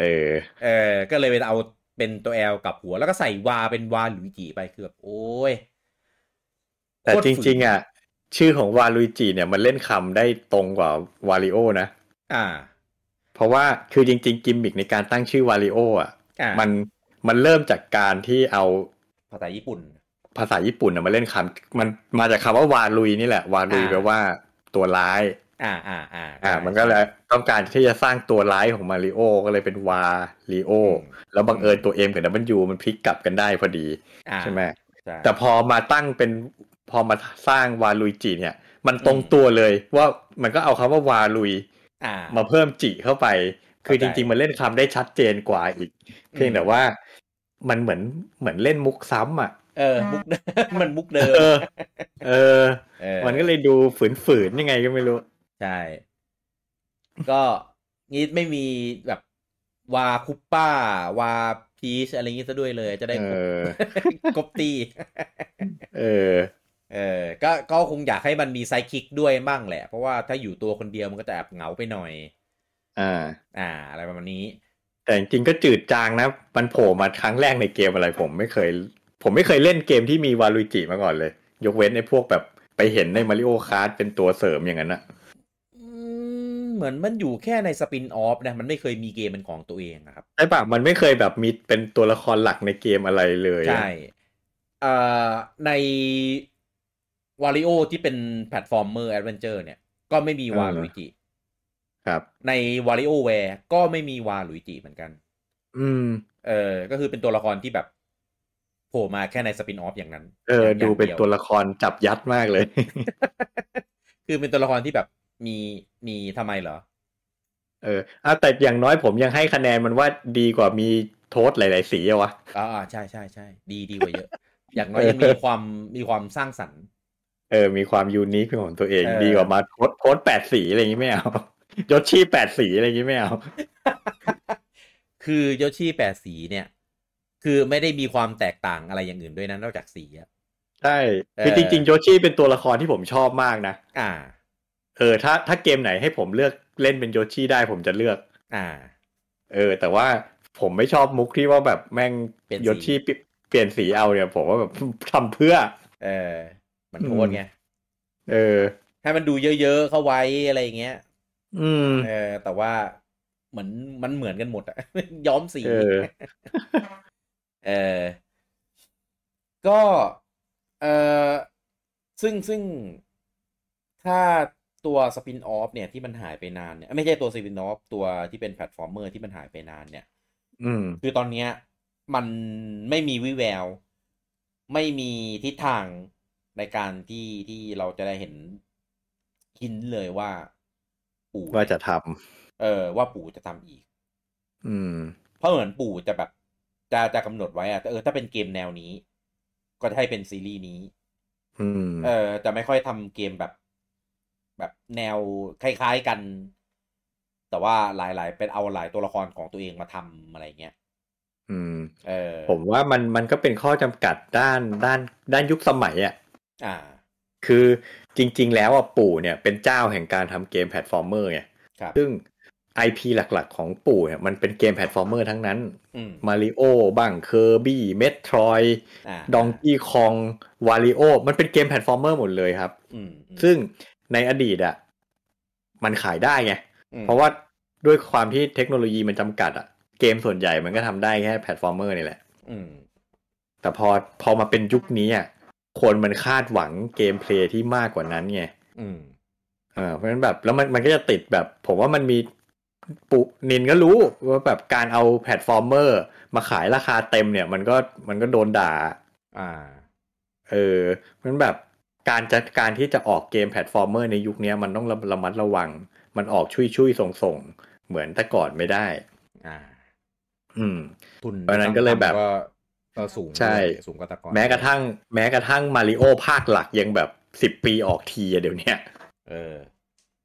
เออ
เออก็เลยไปเอาเป็นตัว L กับหัว แล้วก็ใส่วาเป็นวาหลุยจีไปคือแบบโอ้ย
แต่
โคต
จ
ฝืน
ริง ๆ อ่ะ ชื่อของวาลุยจิเนี่ยมันเล่นคำได้ตรงกว่าวาริโอนะ
อ่า
เพราะว่าคือจริง ๆ กิมมิกในการตั้งชื่อวาริโออ่ะ
อ่า
มันมันเริ่มจากการที่เอา
ภาษาญี่ปุ่น
ภาษาญี่ปุ่นน่ะมาเล่นคำมันมาจากคำว่าวาลุยนี่แหละ วาลุย
อ่า
แปลว่าตัวร้าย
อ่าอ่าอ่า
อ่า มันก็เลยต้องการที่จะสร้างตัวร้ายของมาริโอก็เลยเป็นวาริโอ
โอ้
แล้วบังเอิญตัวเอ็มกับดับเบิลยูมันพลิกกลับกันได้พอดีใช่ไหม แต่
แต่
พอมาตั้งเป็นพอมาสร้างวาลุยจิเนี่ย มันตรงตัวเลยว่ามันก็เอาคำว่าวาลุย
อ่า
มาเพิ่มจิเข้าไป คือจ
เข้าใจ
ริง ๆ มันเล่นคำได้ชัดเจนกว่าอีก เพียงแต่
อืม
ว่ามันเหมือนเหมือนเล่นมุกซ้ำอ่ะ
เออมุก เดิม มันมุกเดิม
เออ เออ
เออ
มันก็เลยดูฝืนๆยังไงก็ไม่รู้
ใช่ ก็งี้ไม่มีแบบวาคุปป้าวาพีชอะไรงี้ซะด้วยเลย จะได้
เอก
บ
อ
กบตี
เออ
เออก็ก็คงอยากให้มันมีไซด์คิกด้วยบ้างแหละ เพราะว่าถ้าอยู่ตัวคนเดียวมันก็จะแอบเหงาไปหน่อย
อ่า
อ่า อะไรประมาณนี้
แต่จริงๆก็จืดจางนะ มันโผล่มาครั้งแรกในเกมอะไรผมไม่เคย ผมไม่เคยเล่นเกมที่มีวาลุยจิมาก่อนเลย ยกเว้นไอ้พวกแบบไปเห็นในมาริโอคาร์ดเป็นตัวเสริมอย่างนั้นอะ
อืม เหมือนมันอยู่แค่ในสปินออฟนะ มันไม่เคยมีเกมเป็นของตัวเองอะครับ
ใช่ปะมันไม่เคยแบบมีเป็นตัวละครหลักในเกมอะไรเลยอะ
ใช่เอ่อในวาริโอที่เป็นแพลตฟอร์มเมอร์แอดเวนเจอร์เนี่ย ก็ไม่มีวาลุยจิ
ครับ
ในวาริโอแวร์ก็ไม่มีวาลุยจิเหมือนกัน
อืม
เออ ก็คือเป็นตัวละครที่แบบโผล่มาแค่ในสปินออฟอย่างนั้น
เออ
ย่าง
ดูเป็น
ยว
ตัวละครจับยัดมากเลย
คือเป็นตัวละครที่แบบ มีมีทำไมเหรอ
เอออ่ะแต่อย่างน้อยผมยังให้คะแนนมันว่าดีกว่ามีโทษหลาย ๆ สีอะวะ
อ่าอ่าใช่ใช่ใช่ดีดีกว่าเยอะ อย่างน้อยยังมีความมีความสร้างสรรค์
เออ มีความยูนิคเป็นของตัวเอง
เออ
ดีกว่ามาโค้ดโค้ดแปดสีอะไรอย่างงี้ไม่เอา ยศชีแปดสีอะไรอย่างงี้ไม่เอา
คือ โยชิแปดสีเนี่ย คือไม่ได้มีความแตกต่างอะไรอย่างอื่นด้วยนะนอกจากสีอะ
ใช่
เออ
คือจริงๆโยชิเป็นตัวละครที่ผมชอบมากนะ
อ่า
เออ ถ้าถ้าเกมไหนให้ผมเลือกเล่นเป็นโยชิได้ผมจะเลือก
อ่า
เออ แต่ว่าผมไม่ชอบมุกที่ว่าแบบแม่ง
เปลี่ยนสี
โยชิเปลี่ยนเปลี่ยนสีเอาเนี่ย ผมว่าแบบ ทำเพื่อ
เออมันโทษไง
เออ
ให้มันดูเยอะ ๆ เข้าไว้อะไรอย่างเงี้ย
อืม
เออ แต่ว่าเหมือนมันเหมือนกันหมดอะ ย้อมสี
เออ
เออ ก็ เออซึ่งซึ่ง ถ้าตัวสปินออฟเนี่ยที่มันหายไปนานเนี่ย ไม่ใช่ตัวสปินออฟตัวที่เป็นแพลตฟอร์มเมอร์ที่มันหายไปนานเนี่ย
อืม
คือตอนเนี้ย มันไม่มีวิแวว ไม่มีทิศทางในการที่ที่เราจะได้เห็นหินเลยว่า ปู่
ว่าจะท
เออว่าปู่จะทำอีก
ำอืม
เพราะเหมือนปู่จะแบบ จะจะกำหนดไว้อะเออ ถ้าเป็นเกมแนวนี้ ก็จะให้เป็นซีรีส์นี้
อืม
เออจะไม่ค่อยทำเกมแบบ แบบแนวคล้ายๆกัน แต่ว่าหลายๆ เป็นเอาหลายตัวละครของตัวเองมาทำอะไรเงี้ย
อืม
เออ
ผมว่ามันมันก็เป็นข้อจำกัดด้านด้านด้านยุคสมัยอ่ะ
อ่า
คือจริง ๆ แล้วอ่ะปู่เนี่ยเป็นเจ้าแห่งการทำเกมแพลตฟอร์มเมอร์ไง
ครับ
ซึ่ง IP หลักๆ ของปู่เนี่ยมันเป็นเกมแพลตฟอร์มเมอร์ทั้งนั้น
อืม
มาริโอบ้างเคอร์บี้เมทรอย
อ่า
ดองกี้คองวาริโอมันเป็นเกมแพลตฟอร์มเมอร์หมดเลยครับ
อืมอืม
ซึ่งในอดีตอ่ะมันขายได้ไง
อืม
เพราะว่าด้วยความที่เทคโนโลยีมันจำกัดอ่ะ เกมส่วนใหญ่มันก็ทำได้แค่แพลตฟอร์มเมอร์นี่แหละ
อืม
แต่พอพอมาเป็นยุคนี้อ่ะคนมันคาดหวังเกมเพลย์ที่มากกว่านั้นไง
อืม
เออเพราะฉะนั้นแบบแล้วมันมันก็จะติดแบบ ผมว่ามันมีปุนินก็รู้ว่าแบบการเอาแพลตฟอร์มเมอร์ มาขายราคาเต็มเนี่ย มันก็มันก็โดนด่า
อ่า
เออเพราะฉะนั้นแบบการจัดการที่จะออกเกมแพลตฟอร์มเมอร์ในยุคเนี้ยมันต้องระระมัดระวัง มันออกช่วยช่วยส่งส่งๆ เหมือนแต่ก่อนไม่ได้
อ่า
อืม
ทุน
เพราะฉะนั้นก็เลยแบบ
ก็ก็สูง
ใช่
ด้วยสูงกว่าแตะกอน
แม้กระทั่ง แม้กระทั่งมาริโอภาคหลักยังแบบสิบปีออกทีอะเดี๋ยวเนี้ย
เออ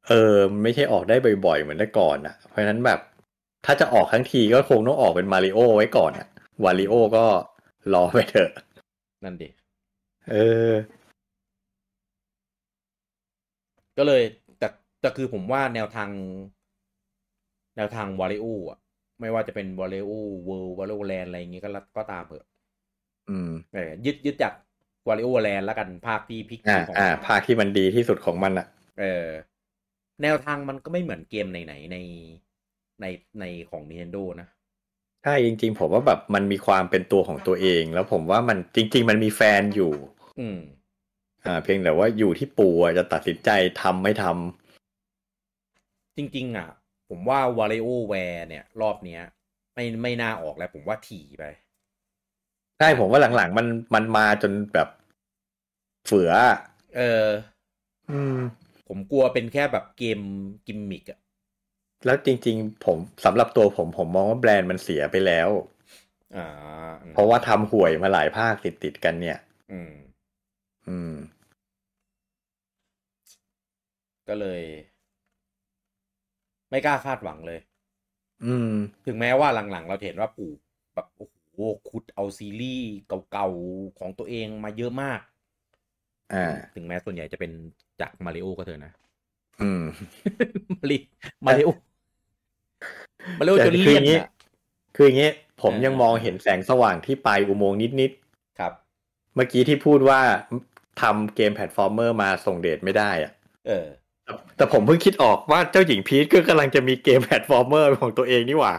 เออมันไม่ใช่ออกได้บ่อยๆ เหมือนแต่ก่อนอ่ะ เพราะฉะนั้นแบบ ถ้าจะออกทั้งทีก็คงต้องออกเป็นมาริโอไว้ก่อนอ่ะ วาริโอก็รอไปเถอะ
นั่นดิ
เออ
ก็เลยแต่แต่คือผมว่าแนวทาง แนวทางวาริโออ่ะ ไม่ว่าจะเป็นวาริโอเวิร์วาริโอแลนอะไรอย่างงี้ก็ละก็ตามเถอะ
อืม
เออยึดยึดจากวาริโอแลนแล้วกันภาคที่พลิก
อ่า
ของ
อ่า ภาคที่มันดีที่สุดของมันอ่ะ
เออ แนวทางมันก็ไม่เหมือนเกมไหนๆในในในของ Nintendo นะ
ใช่จริงๆ ผมว่าแบบมันมีความเป็นตัวของตัวเอง แล้วผมว่ามันจริง ๆ มันมีแฟนอยู่
อืม
อ่า เพียงแต่ว่าอยู่ที่ปู่อะจะตัดสินใจทำไม่ทำ
จริง ๆ อ่ะ ผมว่าวา r i o แวร์เนี่ย รอบเนี้ย ไม่ไม่น่าออกแล้ว ผมว่าถี่ไป
ใช่ผมว่าหลังๆ มันมันมาจนแบบเฟืออะ
เออ
อืม
ผมกลัวเป็นแค่แบบเกมกิมมิกอ่ะ
แล้วจริง ๆ ผมสำหรับตัวผมผมมองว่าแบรนด์มันเสียไปแล้ว
อ่าอืม
เพราะว่าทำห่วยมาหลายภาคติดติดๆกันเนี่ย
อืม
อืม
ก็เลย ไม่กล้าคาดหวังเลย
อืม
ถึงแม้ว่าหลัง ๆ เราจะเห็นว่าปู่แบบโอ้โหขุดเอาซีรีส์เก่าๆ ของตัวเองมาเยอะมาก
อ่า
ถึงแม้ส่วนใหญ่จะเป็นจากมาริโอก็เถอะนะ
อืม
มาริมาริโอมาริโอจน
คื
เลี่
อ
น
อยย่างงี้
อะ
คืออย่างงี้ผมยัง
เออ
มองเห็นแสงสว่างที่ปลายอุโมงค์นิด
ครับ
ๆ เมื่อกี้ที่พูดว่าทำเกมแพลตฟอร์มเมอร์มาส่งเดทไม่ได้อะ
เออ
แต่แต่ผมเพิ่งคิดออกว่าเจ้าหญิงพีชก็กำลังจะมีเกมแพลตฟอร์มเมอร์ของตัวเองนี่หว่า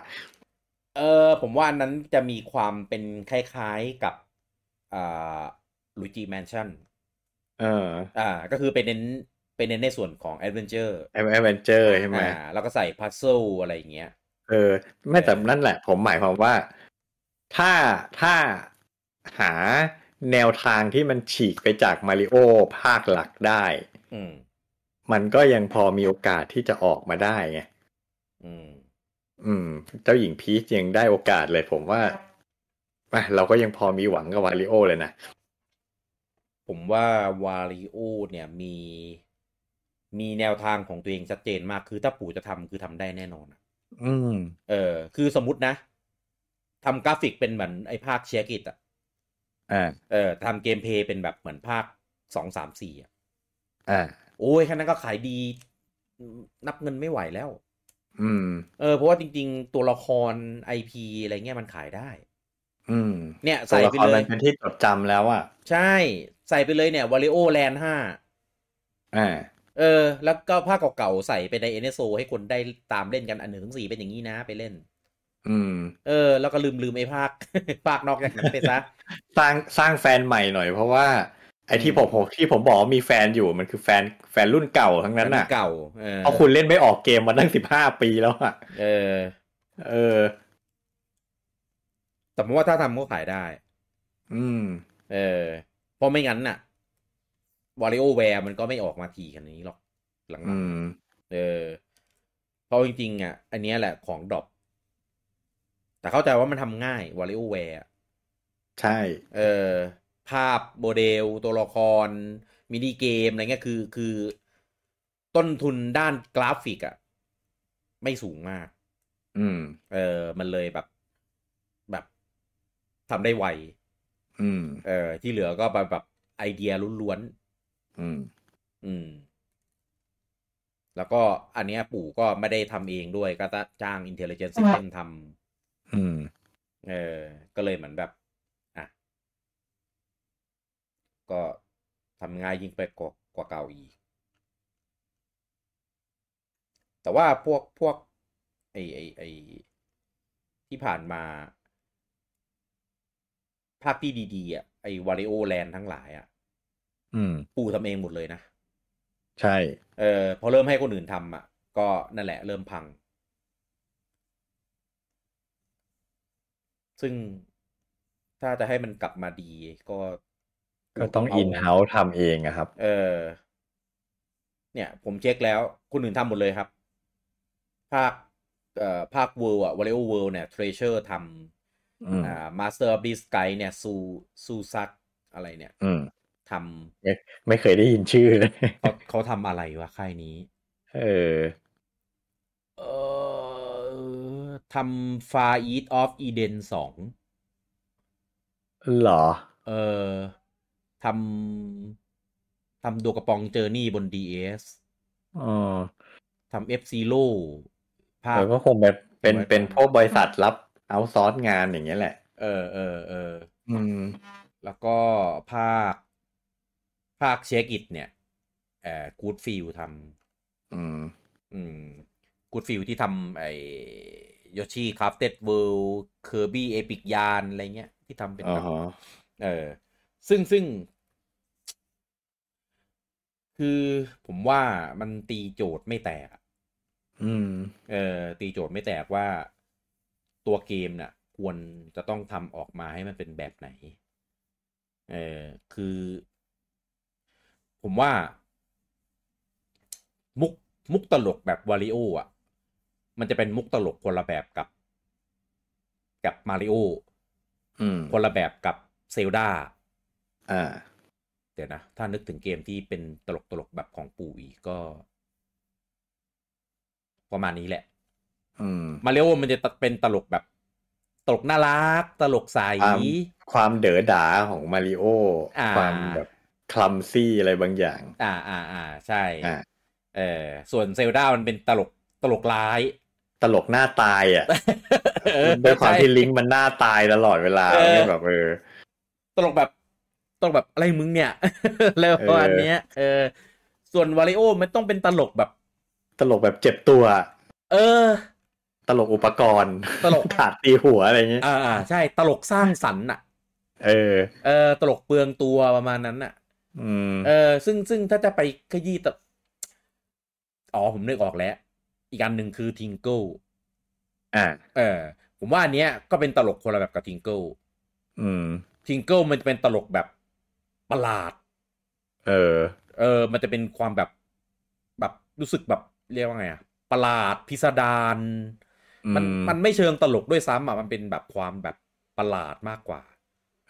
เออผมว่าอันนั้นจะมีความเป็นคล้ายๆกับอ่าลูจิแมนชั่น
เออ
อ่าก็คือไปเน้นไปเน้นในส่วนของแอดเวนเจอร์
แอมแอมเวนเจอร์ใช่ไหม
อ่าแล้วก็ใส่พัซเซิลอะไรอย่างเงี้ย
เออไม่แต่
เออ
นั่นแหละ ผมหมายความว่าถ้าถ้าหาแนวทางที่มันฉีกไปจากมาริโอภาคหลักได้
อืม
มันก็ยังพอมีโอกาสที่จะออกมาได้ไง
อืม
อืม เจ้าหญิงพีชยังได้โอกาสเลยผมว่าอ่ะเราก็ยังพอมีหวังกับวาริโอเลยนะ
ผมว่าวาริโอเนี่ยมี มีแนวทางของตัวเองชัดเจนมากคือถ้าปู่จะทำคือทำได้แน่นอนอะ
อืม
เออ คือสมมตินะทำกราฟิกเป็นเหมือนไอ้ภาคเชียร์กิตอะ
อ่า
เออทำเกมเพลย์เป็นแบบเหมือนภาคสองสามสี่อะ
อ่า
โอ้ยแค่นั้นก็ขายดี นับเงินไม่ไหวแล้ว
อืม
เออเพราะว่าจริง ๆ ตัวละครไอพีอะไรเงี้ยมันขายได้
อืม
เนี่ย
ตัว
ใส่
ละ
ไป
คร
เล
มั
ย
นเป็นที่จดจำแล้วอ่ะ
ใช่ ใส่ไปเลยเนี่ยวาริโอแลนด์ห้า
อ่า
เออ แล้วก็ภาคเก่าๆ ใส่ไปในเอเนโซให้คนได้ตามเล่นกันอันหนึ่งถึงสี่เป็นอย่างนี้นะไปเล่น
อืม
เออ แล้วก็ลืมลืมไอ้ภาค ภาคนอกจากนั้นไปซะ
สร้างสร้างแฟนใหม่หน่อยเพราะว่า ไอ้ที่ผมผมที่ผมบอกว่ามีแฟนอยู่มันคือแฟนแฟนรุ่นเก่าทั้งนั้นอ่ะ
เก่า เออ
เพราะคุณเล่นไม่ออกเกมมาตั้งสิบห้าปีแล้วอ่ะ
เออ
เออ
แต่ผมว่าถ้าทำก็ขายได้
อืม
เออ เพราะไม่งั้นน่ะวาริโอแวร์มันก็ไม่ออกมาทีขนาดนี้หรอกหลังๆ
อืม
เออเพราะจริงๆอ่ะ อันเนี้ยแหละของดรอปแต่เข้าใจว่ามันทำง่ายวาริโอแวร์
ใช่
เออ ภาพโมเดล ตัวละคร มินิเกม อะไรเงี้ยคือคือ ต้นทุนด้านกราฟิกอ่ะ ไม่สูงมาก
อืม
เออ มันเลยแบบ แบบทำได้ไว
อืม
เออ ที่เหลือก็แบบแบบไอเดียล้วน
อืม
ๆอืม แล้วก็อันเนี้ยปู่ก็ไม่ได้ทำเองด้วยก็จ้าง Intelligent System ทำ
อืม
เออ ก็เลยเหมือนแบบ อ่ะ ก็ทำง่ายยิ่งไปกว่ากว่าเก่าอีก แต่ว่าพวกพวก ไอไอไอที่ผ่านมา ภาคที่ดีๆอ่ะ ไอวาริโอแลนด์ทั้งหลายอ่ะ
อืม
ปูทำเองหมดเลยนะ
ใช่
เออ พอเริ่มให้คนอื่นทำอ่ะ ก็นั่นแหละเริ่มพัง ซึ่งถ้าจะให้มันกลับมาดีก็
ก็ต้อง
เา
อินเฮ้าส์ทำเองอะครับ
เออ เนี่ย ผมเช็คแล้ว คนอื่นทำหมดเลยครับ ภาค เอ่อ ภาคเวิร์อะวอลเลย์เวิร์เนี่ยเทรเชอร์ท
อืม
ำอ่ามาสเตอร์บีสกายเนี่ยซูซูซักอะไรเนี่ย
อืม
ท
ไม่เคยได้ยินชื่อเลย
ำ เขาเขาทำอะไรวะค่ายนี้
เออ
เออทำ Far East of Eden สอง
เหรอ
เออทำทำโดกระปองเจอร์นี่บน DS
อ๋อ
ทำ F Zero ภาค
แล้วก็คงแบบเป็น
ไว้ก่อน
เป็นพวกบริษัทรับเอาซอร์สงานอย่างเงี้ยแหละ
เออเออเออ
อืม
แล้วก็ภาค ภาคเชกิตเนี่ยเออกูดฟิลท
อืม
ำอืมกูดฟิลที่ทำไอ้โยชิคราฟเต็ดเวิลด์เคอร์บี้เอพิกยานอะไรเงี้ย ที่ทำเป็น
อ๋อ
แบบ
ฮะ
เออ ซึ่งซึ่ง คือผมว่ามันตีโจทย์ไม่แตกอะ
อืม
เออตีโจทย์ไม่แตกว่าตัวเกมน่ะ ควรจะต้องทำออกมาให้มันเป็นแบบไหน เออคือ ผมว่า มุกมุกตลกแบบวาริโออ่ะ มันจะเป็นมุกตลกคนละแบบกับ กับมาริโอ
อืม
คนละแบบกับเซลดา
อ่า
เดี๋ยวนะ ถ้านึกถึงเกมที่เป็นตลกตลกแบบของปู่อีกก็ ประมาณนี้แหละ
อืม
มาเรียกว่ามันจะเป็นตลกแบบ ตลกน่ารัก ตลกใส
อ่า ความเด๋อดาของมาริโอ
อ่า
ความแบบคลัมซี่อะไรบางอย่าง
อ่าอ่าอ่าใช่
อ่า
เออส่วนเซลดามันเป็นตลกตลกร้าย
ตลกหน้าตายอ่ะ
เออ
ด้วยความ
ใช่
ที่ลิงก์มันหน้าตายตลอดเวลา
เออ
เนี่ยแบบเออ
ตลกแบบตลกแบบอะไรมึงเนี่ย แล้วประมาณเนี้ยเออ ส่วนวาริโอมันต้องเป็นตลกแบบ
ตลกแบบเจ็บตัว
เออ
ตลกอุปกรณ์
ตลก
ขาดตีหัวอะไรอย่างเงี้ย
อ่าอ่าใช่ตลกสร้างสรรค์อ่ะ
เออ
เออตลกเปลืองตัวประมาณนั้นอ่ะ
อืม
เออซึ่งซึ่งถ้าจะไปขยี้ตะอ๋อ ผมนึกออกแล้ว อีกอันหนึ่งคือทิงเกิล
อ่า
เออ ผมว่าอันเนี้ยก็เป็นตลกคนละแบบกับทิงเกิล
อืม
ทิงเกิลมันจะเป็นตลกแบบประหลาด
เออ
เออ มันจะเป็นความแบบ แบ รู้สึกแบบเรียกว่าไงอะประหลาดพิสดารมัน
อื
มันไม่เชิงตลกด้วยซ้ำอ่ะมันเป็นแบบความแบบประหลาดมากกว่า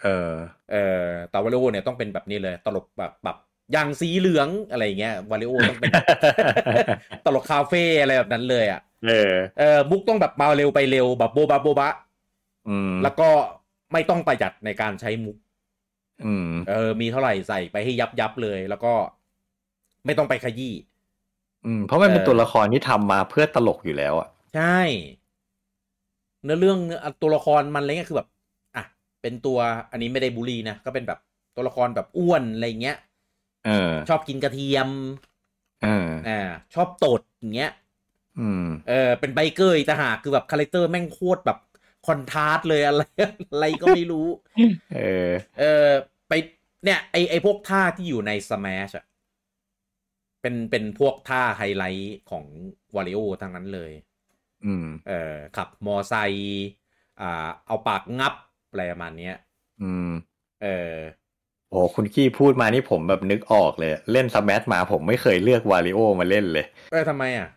เอ อ
เอ่อแต่วาริโอเนี่ยต้องเป็นแบบนี้เลย ตลกแบบแบบอย่างสีเหลืองอะไรอย่างเงี้ยวาริโอต้องเป็น ตลกคาเฟ่อะไรแบบนั้นเลยอ่ะ
เออ
เออมุกต้องแบบมาเร็วไปเร็วแบบโบบะโบบะ
อืม
แล้วก็ไม่ต้องประหยัดในการใช้มุก
อืม
เออ มีเท่าไหร่ใส่ไปให้ยับยับเลย แล้วก็ไม่ต้องไปขยี้
อืม เพราะมันเป็น
เออ
ตัวละครที่ทำมาเพื่อตลกอยู่แล้วอ่ะ
ใช่ เนื้อเรื่องเนื้อตัวละครมันอะไรเงี้ยคือแบบ อ่ะ เป็นตัวอันนี้ไม่ได้บูลลี่นะ ก็เป็นแบบตัวละครแบบอ้วนอะไรเงี้ย
เออ
ชอบกินกระเทียม
เออ
อ่า ชอบตดอย่างเงี้ย
อืม
เออ เป็นไบเกอร์อีกต่างหากคือแบบคาแรคเตอร์แม่งโคตรแบบคอนทราสต์เลยอะไร อะไรก็ไม่รู้
เออ
เออไปเนี่ยไอไอพวกท่าที่อยู่ใน Smash อะเป็นเป็นพวกท่าไฮไลท์ของวาริโอทั้งนั้นเลย
อืม
เออขับมอไซค์อ่าเอาปากงับอะไรประมาณเนี้ย
อืม
เออ
โอ้คุณกี้พูดมานี่ผมแบบนึกออกเลย เล่นสแมัชมาผมไม่เคยเลือกวาริโอมาเล่นเลย
เออทำไมอ่ะ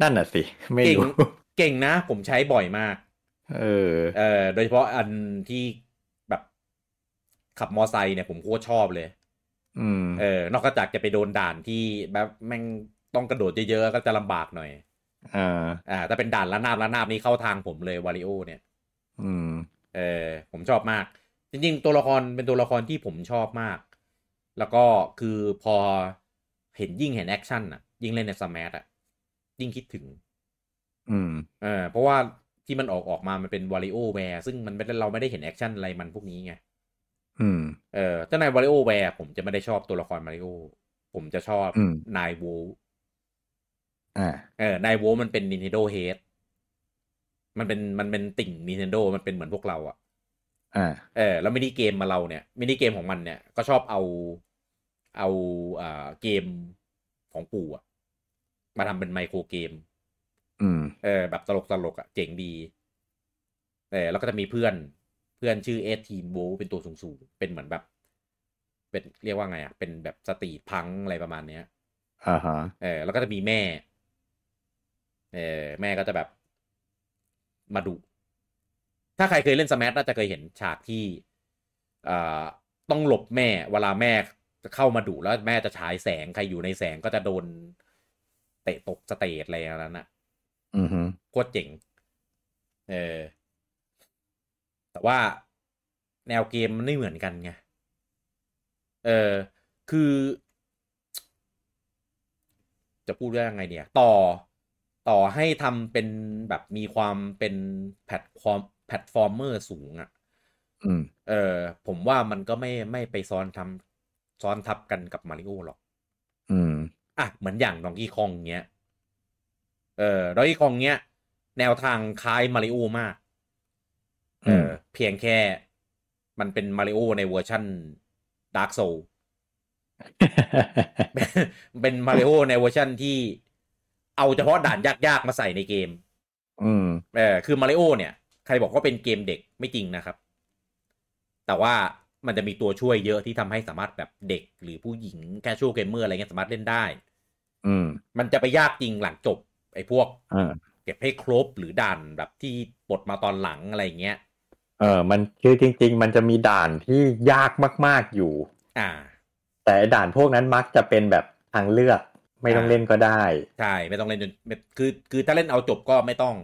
นั่นน่ะสิ ไม่รู้
เก่งนะผมใช้บ่อยมาก
เออ
เออโดยเฉพาะอันที่แบบขับมอไซค์เนี่ยผมโคตรชอบเลย
อืม
เออนอกจากจะไปโดนด่านที่แบบแม่งต้องกระโดดเยอะๆ ก็จะลำบากหน่อย
อ่า
อ่าถ้าเป็นด่านละนาบละนาบนี่เข้าทางผมเลยวาริโอเนี่ย
อืม
เออผมชอบมาก จริงๆ ตัวละครเป็นตัวละครที่ผมชอบมาก แล้วก็คือพอเห็นยิ่งเห็นแอคชั่นอ่ะ ยิ่งเล่นในสมาร์ทอ่ะ ยิ่งคิดถึง
อืม
เออเพราะว่าที่มันออกออกมามันเป็นวาริโอแวร์ซึ่งมันไม่ได้เราไม่ได้เห็นแอคชั่นอะไรมันพวกนี้ไง
อืม
เออถ้านาย w าริโอแวร์ผมจะไม่ได้ชอบตัวละครมาริโอผมจะชอบ
อืม
นายโว
อ่า
เออนายโวมันเป็น Nintendo Head มันเป็นมันเป็นติ่ง Nintendo มันเป็นเหมือนพวกเราอ่ะ
อ่า
เออแล้วมินิเกมมาเราเนี่ยมินิเกมของมันเนี่ยก็ชอบเอาเอาอ่าเกมของปู่อะมาทำเป็นไมโครเกม
อืม
เออแบบตลกตลกๆอะเจ๋งดีเออแล้วก็จะมีเพื่อนเพื่อนชื่อเอทีนโวเป็นตัวสูงสูงๆเป็นเหมือนแบบ เป็นเรียกว่าไงอะเป็นแบบสตรีทพังก์อะไรประมาณเนี้ย
อ่าฮะ
เออแล้วก็จะมีแม่เออแม่ก็จะแบบมาดุถ้าใครเคยเล่นสมัชน่าจะเคยเห็นฉากที่อ่าต้องหลบแม่ เวลาแม่จะเข้ามาดุแล้วแม่จะฉายแสงใครอยู่ในแสงก็จะโดน เตะตกสเตจอะไรอย่างนั้นน่ะ
อืมฮึ
โคตรเจ๋งเออแต่ว่าแนวเกมมันไม่เหมือนกันไงเออคือ จะพูดว่ายังไงเนี่ย ต่อต่อให้ทำเป็นแบบมีความเป็นแพลตฟอร์มแพลตฟอร์มเมอร์สูงอะ่ะ
อืม
เออผมว่ามันก็ไม่ไม่ไปซ้อนทำซ้อนทับกันกับมาริโอหรอก
อืม
อ่ะ เหมือนอย่างดองกี้คองเงี้ย เออดองกี้คองเงี้ย แนวทางคล้ายมาริโอมาก เออ
ม
เพียงแค่มันเป็นมาริโอในเวอร์ชั่นดาร์กโซ เป็นมาริโอในเวอร์ชั่นที่เอาเฉพาะด่านยากๆ มาใส่ในเกม
อืม
เออคือมาริโอเนี่ย ใครบอกว่าเป็นเกมเด็กไม่จริงนะครับ แต่ว่ามันจะมีตัวช่วยเยอะที่ทำให้สามารถแบบเด็กหรือผู้หญิงแคชชวลเกมเมอร์อะไรเงี้ยสามารถเล่นได้
อืม
มันจะไปยากจริงหลังจบ ไอ้พวก
อ่า
เก็บให้ครบหรือด่านแบบที่ปลดมาตอนหลังอะไรเงี้ย
เออ มันคือจริง ๆ มันจะมีด่านที่ยากมาก ๆอยู่
อ่า
แต่ไอ้ด่านพวกนั้นมักจะเป็นแบบทางเลือก ไม่ต้องเล่นก็ได้
ใช่ ไม่ต้องเล่นจนไม่คือ คือถ้าเล่นเอาจบก็ไม่ต้อง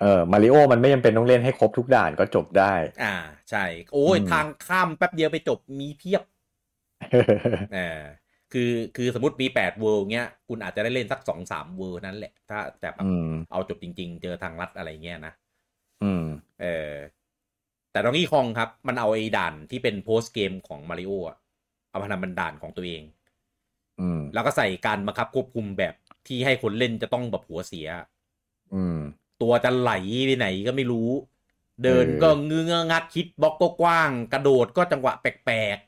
เออ มาริโอมันไม่จำเป็นต้องเล่นให้ครบทุกด่านก็จบได้
อ่า ใช่ โอ้ย
อืม
ทางข้ามแป๊บเดียวไปจบมีเพียบ เออคือ คือสมมติมีแปดเวิร์เงี้ย คุณอาจจะได้เล่นสักสองสามเวิร์นั้นแหละ ถ้าแต่แบบ
อืม
เอาจบจริง ๆ เจอทางลัดอะไรเงี้ยนะ
อืม
เออ แต่ดองกี้คองครับ มันเอาไอ้ด่านที่เป็นโพสเกมของมาริโอะเอามาทำเป็นด่านของตัวเอง
อืม
แล้วก็ใส่การบังคับควบคุมแบบที่ให้คนเล่นจะต้องแบบหัวเสีย
อืม
ตัวจะไหลไปไหนก็ไม่รู้ เดินก็งื้องัดคิดบล็อกก็กว้าง กระโดดก็จังหวะแปลก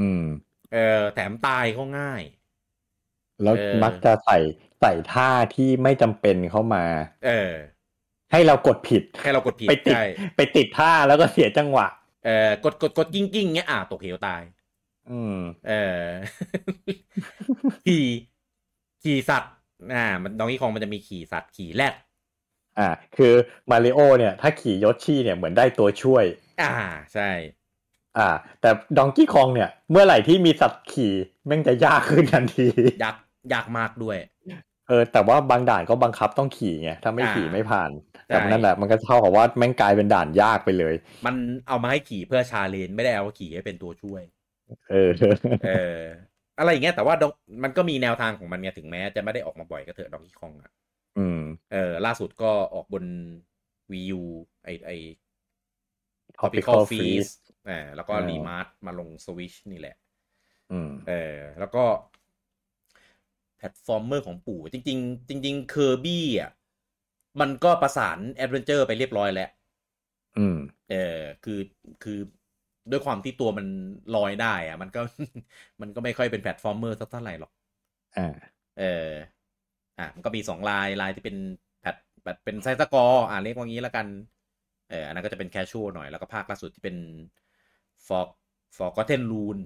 อืม
ๆเออแถมตายก็ง่าย
แล้ว
เออ
มักจะใส่ใส่ท่าที่ไม่จำเป็นเข้ามา
เออ
ให้เรากดผิด
แค่เรากดผิด
ไปติด
ใช่
ไปติดท่าแล้วก็เสียจังหวะ
เออกดกดกดกิ้งกิ้งเงี้ยอ่ะ ตกเหวตาย
อืม
เออ ที ขี่สัตว์อ่า มันดองกี้คองมันจะมีขี่สัตว์ขี่แรด
อ่า คือมาริโอเนี่ย ถ้าขี่ยศชี่เนี่ยเหมือนได้ตัวช่วย
อ่าใช่
อ่า แต่ดองกี้คองเนี่ย เมื่อไหร่ที่มีสัตว์ขี่แม่งจะยากขึ้นทันที
ยากยากมากด้วย
เออแต่ว่าบางด่านก็บังคับต้องขี่ไงถ้าไม่
อ่า
ขี่ไม่ผ่าน
ใช่
แต่มันนั่นแหละมันก็เท่ากับว่าแม่งกลายเป็นด่านยากไปเลย
มันเอามาให้ขี่เพื่อชาเลนจ์ไม่ได้เอามาขี่ให้เป็นตัวช่วย
เออ
เออ อะไรอย่างเงี้ยแต่ว่าดงมันก็มีแนวทางของมันไงถึงแม้จะไม่ได้ออกมาบ่อยก็เถอะดองกี้คองอ่ะ
อืม
เออล่าสุดก็ออกบน VU ไอไอ
ทอปิคอ
Tropical
ลฟี
Freeze อ่าแล้วก็
อ่า
รีมาร์ทมาลง Switch นี่แหละ
อืม
เออแล้วก็แพลตฟอร์มเมอร์ของปู่จริง ๆ จริง ๆ เคอร์บี้อ่ะมันก็ประสานแอดเวนเจอร์ไปเรียบร้อยแล้ว
อืม
เออคือคือด้วยความที่ตัวมันลอยได้อะมันก็ มันก็ไม่ค่อยเป็นแพลตฟอร์มเมอร์สักเท่าไหร่หรอก
อ่า
เอออ่ะมันก็มีสองลายลายที่เป็นแพทแบบเป็นไซส์สกอร์อ่ะเรียกว่างี้แล้วกันเอออันนั้นก็จะเป็นแคชชวลหน่อยแล้วก็ภาคล่าสุดที่เป็นฟอกฟอกก็เทนรูน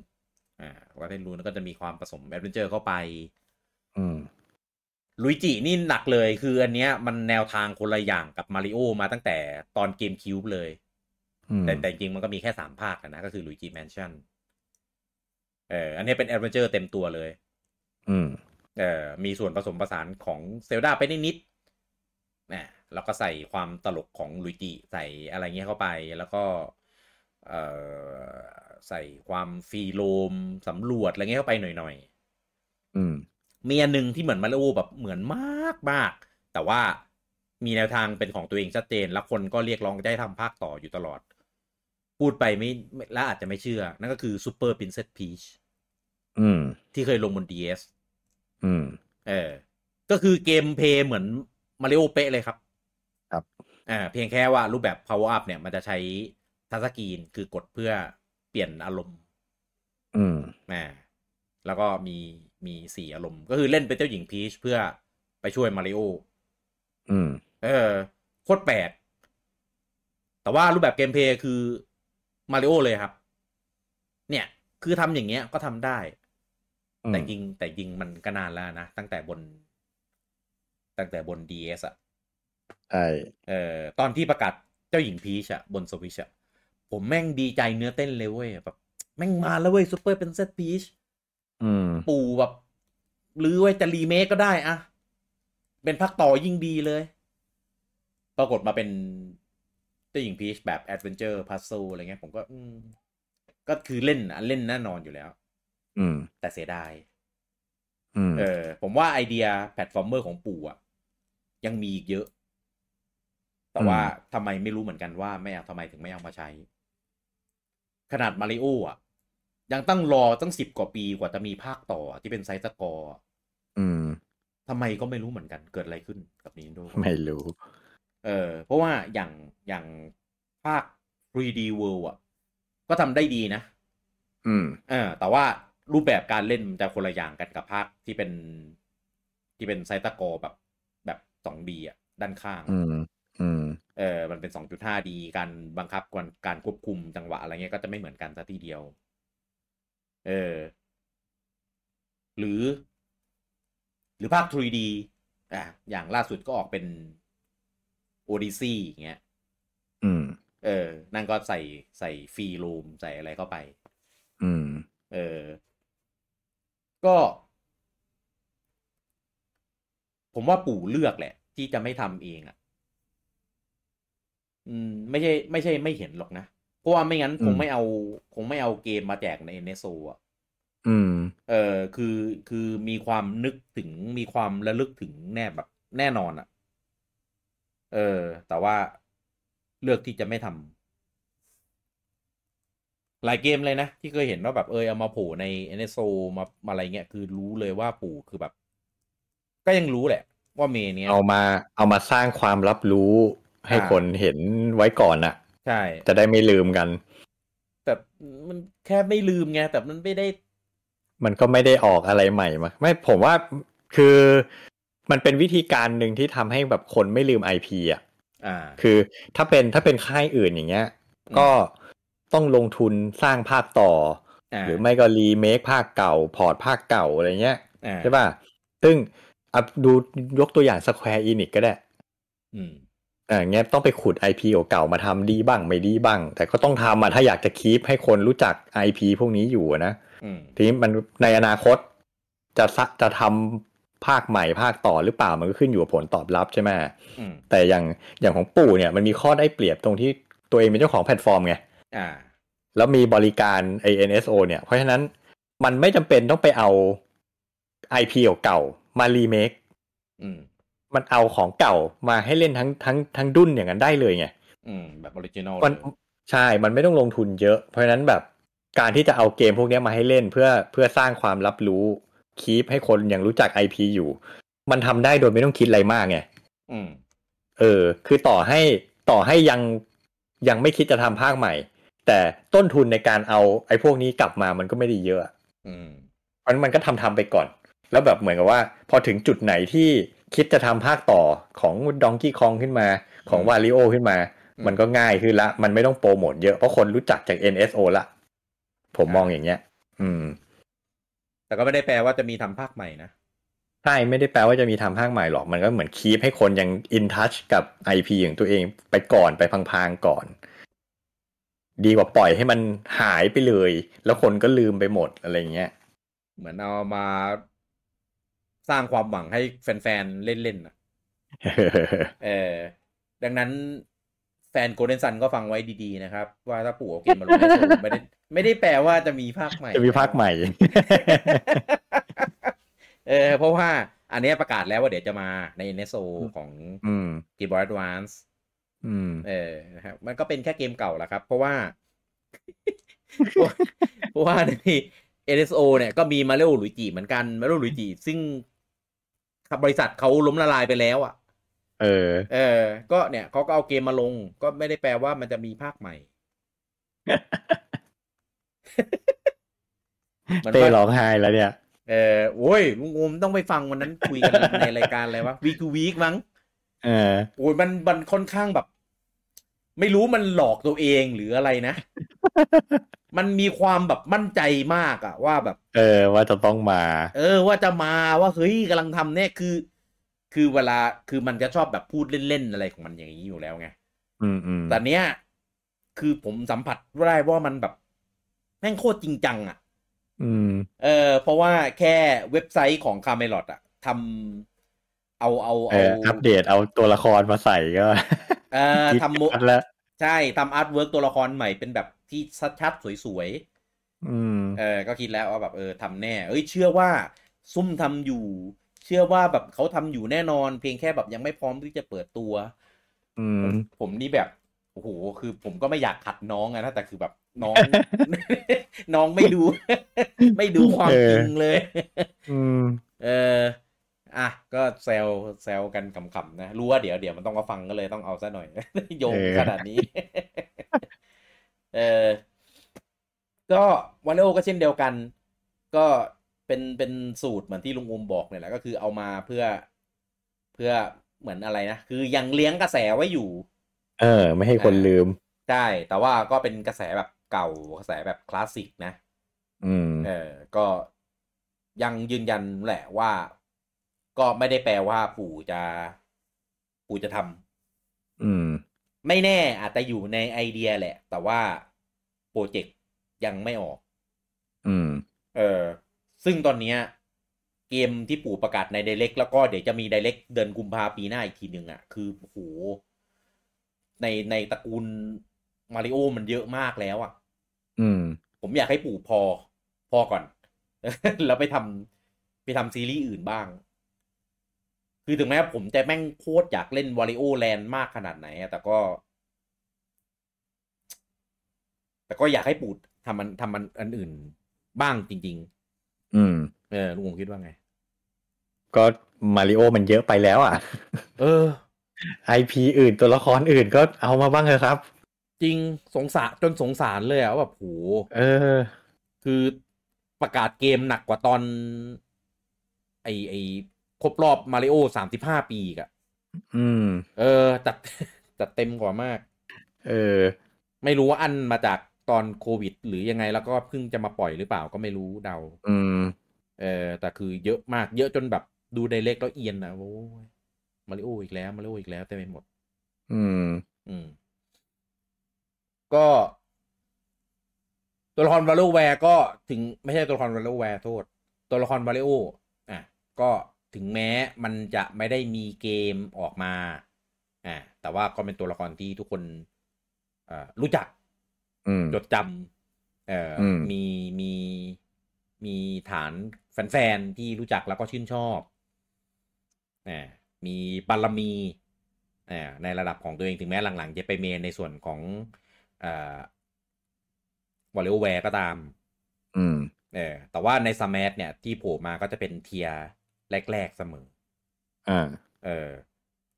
อ่าก็เทนรูนก็จะมีความผสมแอดเวนเจอร์เข้าไป
อืม
ลุยจินี่หนักเลยคืออันเนี้ยมันแนวทางคนละอย่างกับมาริโอมาตั้งแต่ตอนเกมคิวบ์เลย
อืม
แต่แต่จริงๆมันก็มีแค่สามภาคอะนะก็คือลุยจิแมนชั่นเอออันเนี้ยเป็นแอดเวนเจอร์เต็มตัวเลย
อืม
เอ่อมีส่วนผสมผสานของเซลดาไปนิดๆนะแล้วก็ใส่ความตลกของลุยจิใส่อะไรเงี้ยเข้าไป แล้วก็เอ่อใส่ความฟรีโลมสำรวจอะไรเงี้ยเข้าไปหน่อย
อืม
ๆ มีอันหนึ่งที่เหมือนมาริโอแบบเหมือนมากมากๆแต่ว่ามีแนวทางเป็นของตัวเองชัดเจน แล้วคนก็เรียกร้องได้ทำภาคต่ออยู่ตลอด พูดไปไม่ไม่และอาจจะไม่เชื่อ นั่นก็คือซูเปอร์ i ินเซสพีช
อืม
ที่เคยลงบน DS
อืม
เออ ก็คือเกมเพลย์เหมือนมาริโอเป๊ะเลยครับ
ครับ
อ่าเพียงแค่ว่ารูปแบบ power up เนี่ยมันจะใช้ทัชสกรีนคือกดเพื่อเปลี่ยนอารมณ์
อืม
อ่าแล้วก็มีมีสี่อารมณ์ ก็คือเล่นเป็นเจ้าหญิงพีชเพื่อไปช่วยมาริโอ
อืม
เออ โคตรแปลก แต่ว่ารูปแบบเกมเพลย์คือมาริโอเลยครับ เนี่ย คือทำอย่างเงี้ยก็ทำได้
อืม
แต่ยิงแต่ยิงมันก็นานแล้วนะ ตั้งแต่บน ตั้งแต่บน DS อะ
ใช่
เอ่อตอนที่ประกาศเจ้าหญิงพีชอะบนสวิชอะผมแม่งดีใจเนื้อเต้นเลยเว้ยแบบแม่งมาแล้วเว้ยซูเปอร์เป็นเซตพีช
อืม
ปู่แบบรื้อไว้จะรีเมคก็ได้อะเป็นภาคต่อยิ่งดีเลย ปรากฏมาเป็นเจ้าหญิงพีชแบบแอดเวนเจอร์พัซโซอะไรเงี้ย ผมก็ อืม ก็คือเล่นอะเล่นแน่นอนอยู่แล้ว
อืม
แต่เสียดาย
อืม
เออผมว่าไอเดียแพลตฟอร์มเมอร์ของปู่อะยังมีอีกเยอะ แต่ว่าทำไมไม่รู้เหมือนกันว่าไม่เอาทำไมถึงไม่เอามาใช้ ขนาดมาริโออะยังตั้งรอตั้งสิบกว่าปีกว่าจะมีภาคต่อที่เป็นไซส์สกอร์อะ
อืม
ทำไมก็ไม่รู้เหมือนกันเกิดอะไรขึ้นกับ Nintendo
ไม่รู้
เออเพราะว่าอย่างอย่างภาค 3D World อะก็ทำได้ดีนะ
อืม
เออแต่ว่ารูปแบบการเล่นมันจะคนละอย่างกันกับภาคที่เป็นที่เป็นไซต์ตะกอแบบแบบสองดีอ่ะ ด้านข้าง
อืม อืม
เออมันเป็นสองจุดห้าดีการบังคับการการควบคุมจังหวะอะไรเงี้ยก็จะไม่เหมือนกันซะทีเดียว เออ หรือ หรือภาค 3D อ่ะอย่างล่าสุดก็ออกเป็นโอดิซี่อย่างเงี้ย
อืม
เออ นั่นก็ใส่ใส่ฟรีรูมใส่อะไรเข้าไป
อืม
เออ ก็ ผมว่าปู่เลือกแหละ ที่จะไม่ทำเองอ่ะ อืม ไม่ใช่ ไม่ใช่ไม่เห็นหรอกนะ เพราะว่าไม่งั้น
อื
ค
ม
งไม่เอา คงไม่เอาเกมมาแจกในเนโซอ่ะ
อืม
เออ คือคือมีความนึกถึงมีความระลึกถึงแน่แบบแน่นอนอ่ะ เออ แต่ว่าเลือกที่จะไม่ทำหลายเกมเลยนะ ที่เคยเห็นว่าแบบเออเอามาโผล่ใน NSO มามาอะไรเงี้ยคือรู้เลยว่าปู่คือแบบ ก็ยังรู้แหละ ว่าเมเนี้ย
เอามา เอามาสร้างความรับรู้ให้
อ่า
คนเห็นไว้ก่อนอะ
ใช่
จะได้ไม่ลืมกัน
แต่มันแค่ไม่ลืมไง แต่มันไม่ได้
มันก็ไม่ได้ออกอะไรใหม่มาไม่ผมว่าคือมันเป็นวิธีการหนึ่งที่ทำให้แบบคนไม่ลืม IP อ่ะ
อ่า
คือถ้าเป็นถ้าเป็นค่ายอื่นอย่างเงี้ย
อืม
ก็ต้องลงทุนสร้างภาคต่อ
อ่า
หรือไม่ก็รีเมคภาคเก่า พอร์ตภาคเก่าอะไรเงี้ย
อ่า
ใช่ป่ะ ซึ่ง อ่ะดูยกตัวอย่างสแควร์อินิกก็ได้
อืม
อ่าเงี้ยต้องไปขุด IP เก่าๆมาทำดีบ้างไม่ดีบ้าง แต่ก็ต้องทำมาถ้าอยากจะคีปให้คนรู้จัก IP พวกนี้อยู่อะนะ
อืม
ทีนี้มันในอนาคตจะสะจะทำภาคใหม่ภาคต่อหรือเปล่ามันก็ขึ้นอยู่กับผลตอบรับใช่ไหม
อืม
แต่อย่างอย่างของปู่เนี่ยมันมีข้อได้เปรียบตรงที่ตัวเองเป็นเจ้าของแพลตฟอร์มไง
อ่า
แล้วมีบริการ ANSO เนี่ย เพราะฉะนั้นมันไม่จำเป็นต้องไปเอา IP เก่าๆมารีเมค
อืม
มันเอาของเก่ามาให้เล่นทั้งทั้งทั้งดุนอย่างนั้นได้เลยไง
อืม แบบออริจินอล
มันใช่ มันไม่ต้องลงทุนเยอะ เพราะฉะนั้นแบบการที่จะเอาเกมพวกเนี้ยมาให้เล่นเพื่อเพื่อสร้างความรับรู้คีปให้คนยังรู้จัก IP อยู่ มันทำได้โดยไม่ต้องคิดอะไรมากไง
อืม
เออ คือต่อให้ต่อให้ยังยังไม่คิดจะทำภาคใหม่ แต่ต้นทุนในการเอาไอ้พวกนี้กลับมามันก็ไม่ได้เยอะ
อืม
เพราะฉะนั้นมันก็ทำทำไปก่อน แล้วแบบเหมือนกับว่า พอถึงจุดไหนที่คิดจะทำภาคต่อของดองกี้คองขึ้นมาของ
อืม
วาริโอขึ้นมา มันก็ง่ายขึ้นละ มันไม่ต้องโปรโมทเยอะ เพราะคนรู้จักจาก NSO ละ ผมมองอย่างเงี้ย อืม
แต่ก็ไม่ได้แปลว่าจะมีทำภาคใหม่นะ
ใช่ ไม่ได้แปลว่าจะมีทำห้างใหม่หรอก มันก็เหมือนคีปให้คนยังอินทัชกับ IP อย่างตัวเองไปก่อนไปพังๆก่อน ดีกว่าปล่อยให้มันหายไปเลย แล้วคนก็ลืมไปหมดอะไรอย่างเงี้ย
เหมือนเอามา สร้างความหวังให้แฟนๆ เล่นๆนะเออ ดังนั้นแฟนโกลเด้นซันก็ฟังไว้ดีๆนะครับ ว่าถ้าปู่เอาเกมมาลงให้ชมไม่ได้ ไม่ได้แปลว่าจะมีภาคใหม่
จะมีภาคใหม่
เออเพราะว่าอันเนี้ยประกาศแล้วว่าเดี๋ยวจะมาใน NSO ของ
อืม
g a m e Boy Advance
อืม
เออนะครับมันก็เป็นแค่เกมเก่าแหละครับ เพราะว่า เพราะว่าเพราะว่าใน NSO เนี่ยก็มีมาเร o หลุยจีเหมือนกันมาเร o หลุยจีซึ่งขับบริษัทเขาล้มละลายไปแล้วอ่ะ
เออ
เออ ก็เนี่ยเขาก็เอาเกมมาลง ก็ไม่ได้แปลว่ามันจะมีภาคใหม่หมือน
เต้
ว่า
ร้องไห้แล้วเนี่ย
เออโอ้ยลุงงมต้องไปฟังวันนั้นคุยกัน ในรายการอะไรวะ week to week มั้ง
เออ
โอ้ยมันมันค่อนข้างแบบ ไม่รู้มันหลอกตัวเองหรืออะไร นะ มันมีความแบบมั่นใจมากอะว่าแบบ
เออ ว่าจะต้องมา
เออ ว่าจะมาว่าเฮ้ยกำลังทำเนี่ยคือ คือเวลาคือมันจะชอบแบบพูดเล่นๆอะไรของมันอย่างนี้อยู่แล้วไง
อืมอืม
แต่เนี้ยคือผมสัมผัสได้ว่ามันแบบแม่งโคตรจริงจังอะ
อืม
เออเพราะว่าแค่เว็บไซต์ของคาเมลอดอะทำเอาเอา
เอ
เอา
อ อัปเดตเอาตัวละครมาใส่ก็
เออทำโม
อัดแล้ว
ใช่ทำอาร์ตเวิร์กตัวละครใหม่เป็นแบบที่ชัดๆสวย
อืม
ๆเออก็คิดแล้วว่าแบบเออทำแน่เอ้ยเชื่อว่าซุ่มทำอยู่ เชื่อว่าแบบเขาทำอยู่แน่นอน เพียงแค่แบบยังไม่พร้อมที่จะเปิดตัว
อื
ผม มผมนี่แบบโอ้โหคือผมก็ไม่อยากขัดน้องอะนะแต่คือแบบน้อง น้องไม่ดู ไม่ดูความ
เออ
จริงเลย
อืม
เออ อ่ะ ก็แซวแซวกันขำๆนะ รู้ว่าเดี๋ยวเดี๋ยวมันต้องมาฟังก็เลยต้องเอาซะหน่อย โยง
เออ
ขนาดนี้ เออ ก็วาเลโอก็เช่นเดียวกัน ก็เป็นเป็นสูตรเหมือนที่ลุงอุมบอกเนี่ยแหละ ก็คือเอามาเพื่อเพื่อเหมือนอะไรนะ คือยังเลี้ยงกระแสไว้อยู่
เออ ไม่ให้คนลืม
ใช่ แต่ว่าก็เป็นกระแสแบบเก่ากระแสแบบคลาสสิกนะ
อืม
เออ ก็ยังยืนยันแหละว่า ก็ไม่ได้แปลว่าปู่จะ ปู่จะทำ
อืม
ไม่แน่อาจจะอยู่ในไอเดียแหละ แต่ว่าโปรเจกต์ยังไม่ออก
อืม
เออ ซึ่งตอนเนี้ย เกมที่ปู่ประกาศในไดเ c กแล้วก็เดี๋ยวจะมีไดเ c กเดือนกุมภาปีหน้าอีกทีหนึ่งอะ่ะ คือโอ้โหในในตระกูลมาริโอมันเยอะมากแล้วอะ่ะ
อืม
ผมอยากให้ปู่พอ พอก่อน แล้วไปทำไปทำซีรีส์อื่นบ้าง คือถึงแม้ผมจะแม่งโคตรอยากเล่นวาริโอแลนด์มากขนาดไหนอะแต่ก็ แต่ก็อยากให้ปู่ทำมันทำมันอันอื่นบ้างจริง
อืม
ๆ เออลุงคงคิดว่าไง
ก็มาริโอมันเยอะไปแล้วอ่ะ
เออ
ไอพีอื่นตัวละครอื่นก็เอามาบ้างเถอะครับ
จริงสงสารจนสงสารเลยอะว่าแบบโห
เออ
คือประกาศเกมหนักกว่าตอน ไอไอครบรอบมาริโอสามสิบห้าปีอีกอะ
อืม
เออจัด จัดเต็มกว่ามาก
เออ
ไม่รู้ว่าอันมาจากตอนโควิด หรือยังไงแล้วก็เพิ่งจะมาปล่อยหรือเปล่าก็ไม่รู้เดา
อืม
เออแต่คือเยอะมากเยอะจนแบบ ดูไดเรกแล้วเอียนนะโอ้ยมาริโออีกแล้วมาริโออีกแล้วเต็มไปหมด
อืม
อืม ก็ตัวละครวาโลแวร์ก็ถึงไม่ใช่ตัวละครวาโลแวร์โทษ ตัวละครวาเลโออ่ะก็ถึงแม้มันจะไม่ได้มีเกมออกมาอ่ะแต่ว่าก็เป็นตัวละครที่ทุกคนอ่ารู้จัก
อืม
จดจำเอ่ออ
ม
มีมีมีฐานแฟนๆ ที่รู้จักแล้วก็ชื่นชอบอามีบารมีอ่าในระดับของตัวเองถึงแม้หลังๆ จะไปเมนในส่วนของวอลเลย์แวร์ก็ตาม
อืม
เออแต่ว่าในสมาร์ทเนี่ยที่โผล่มาก็จะเป็นเทียร์แรก ๆ เสมอ
อ่า
เออ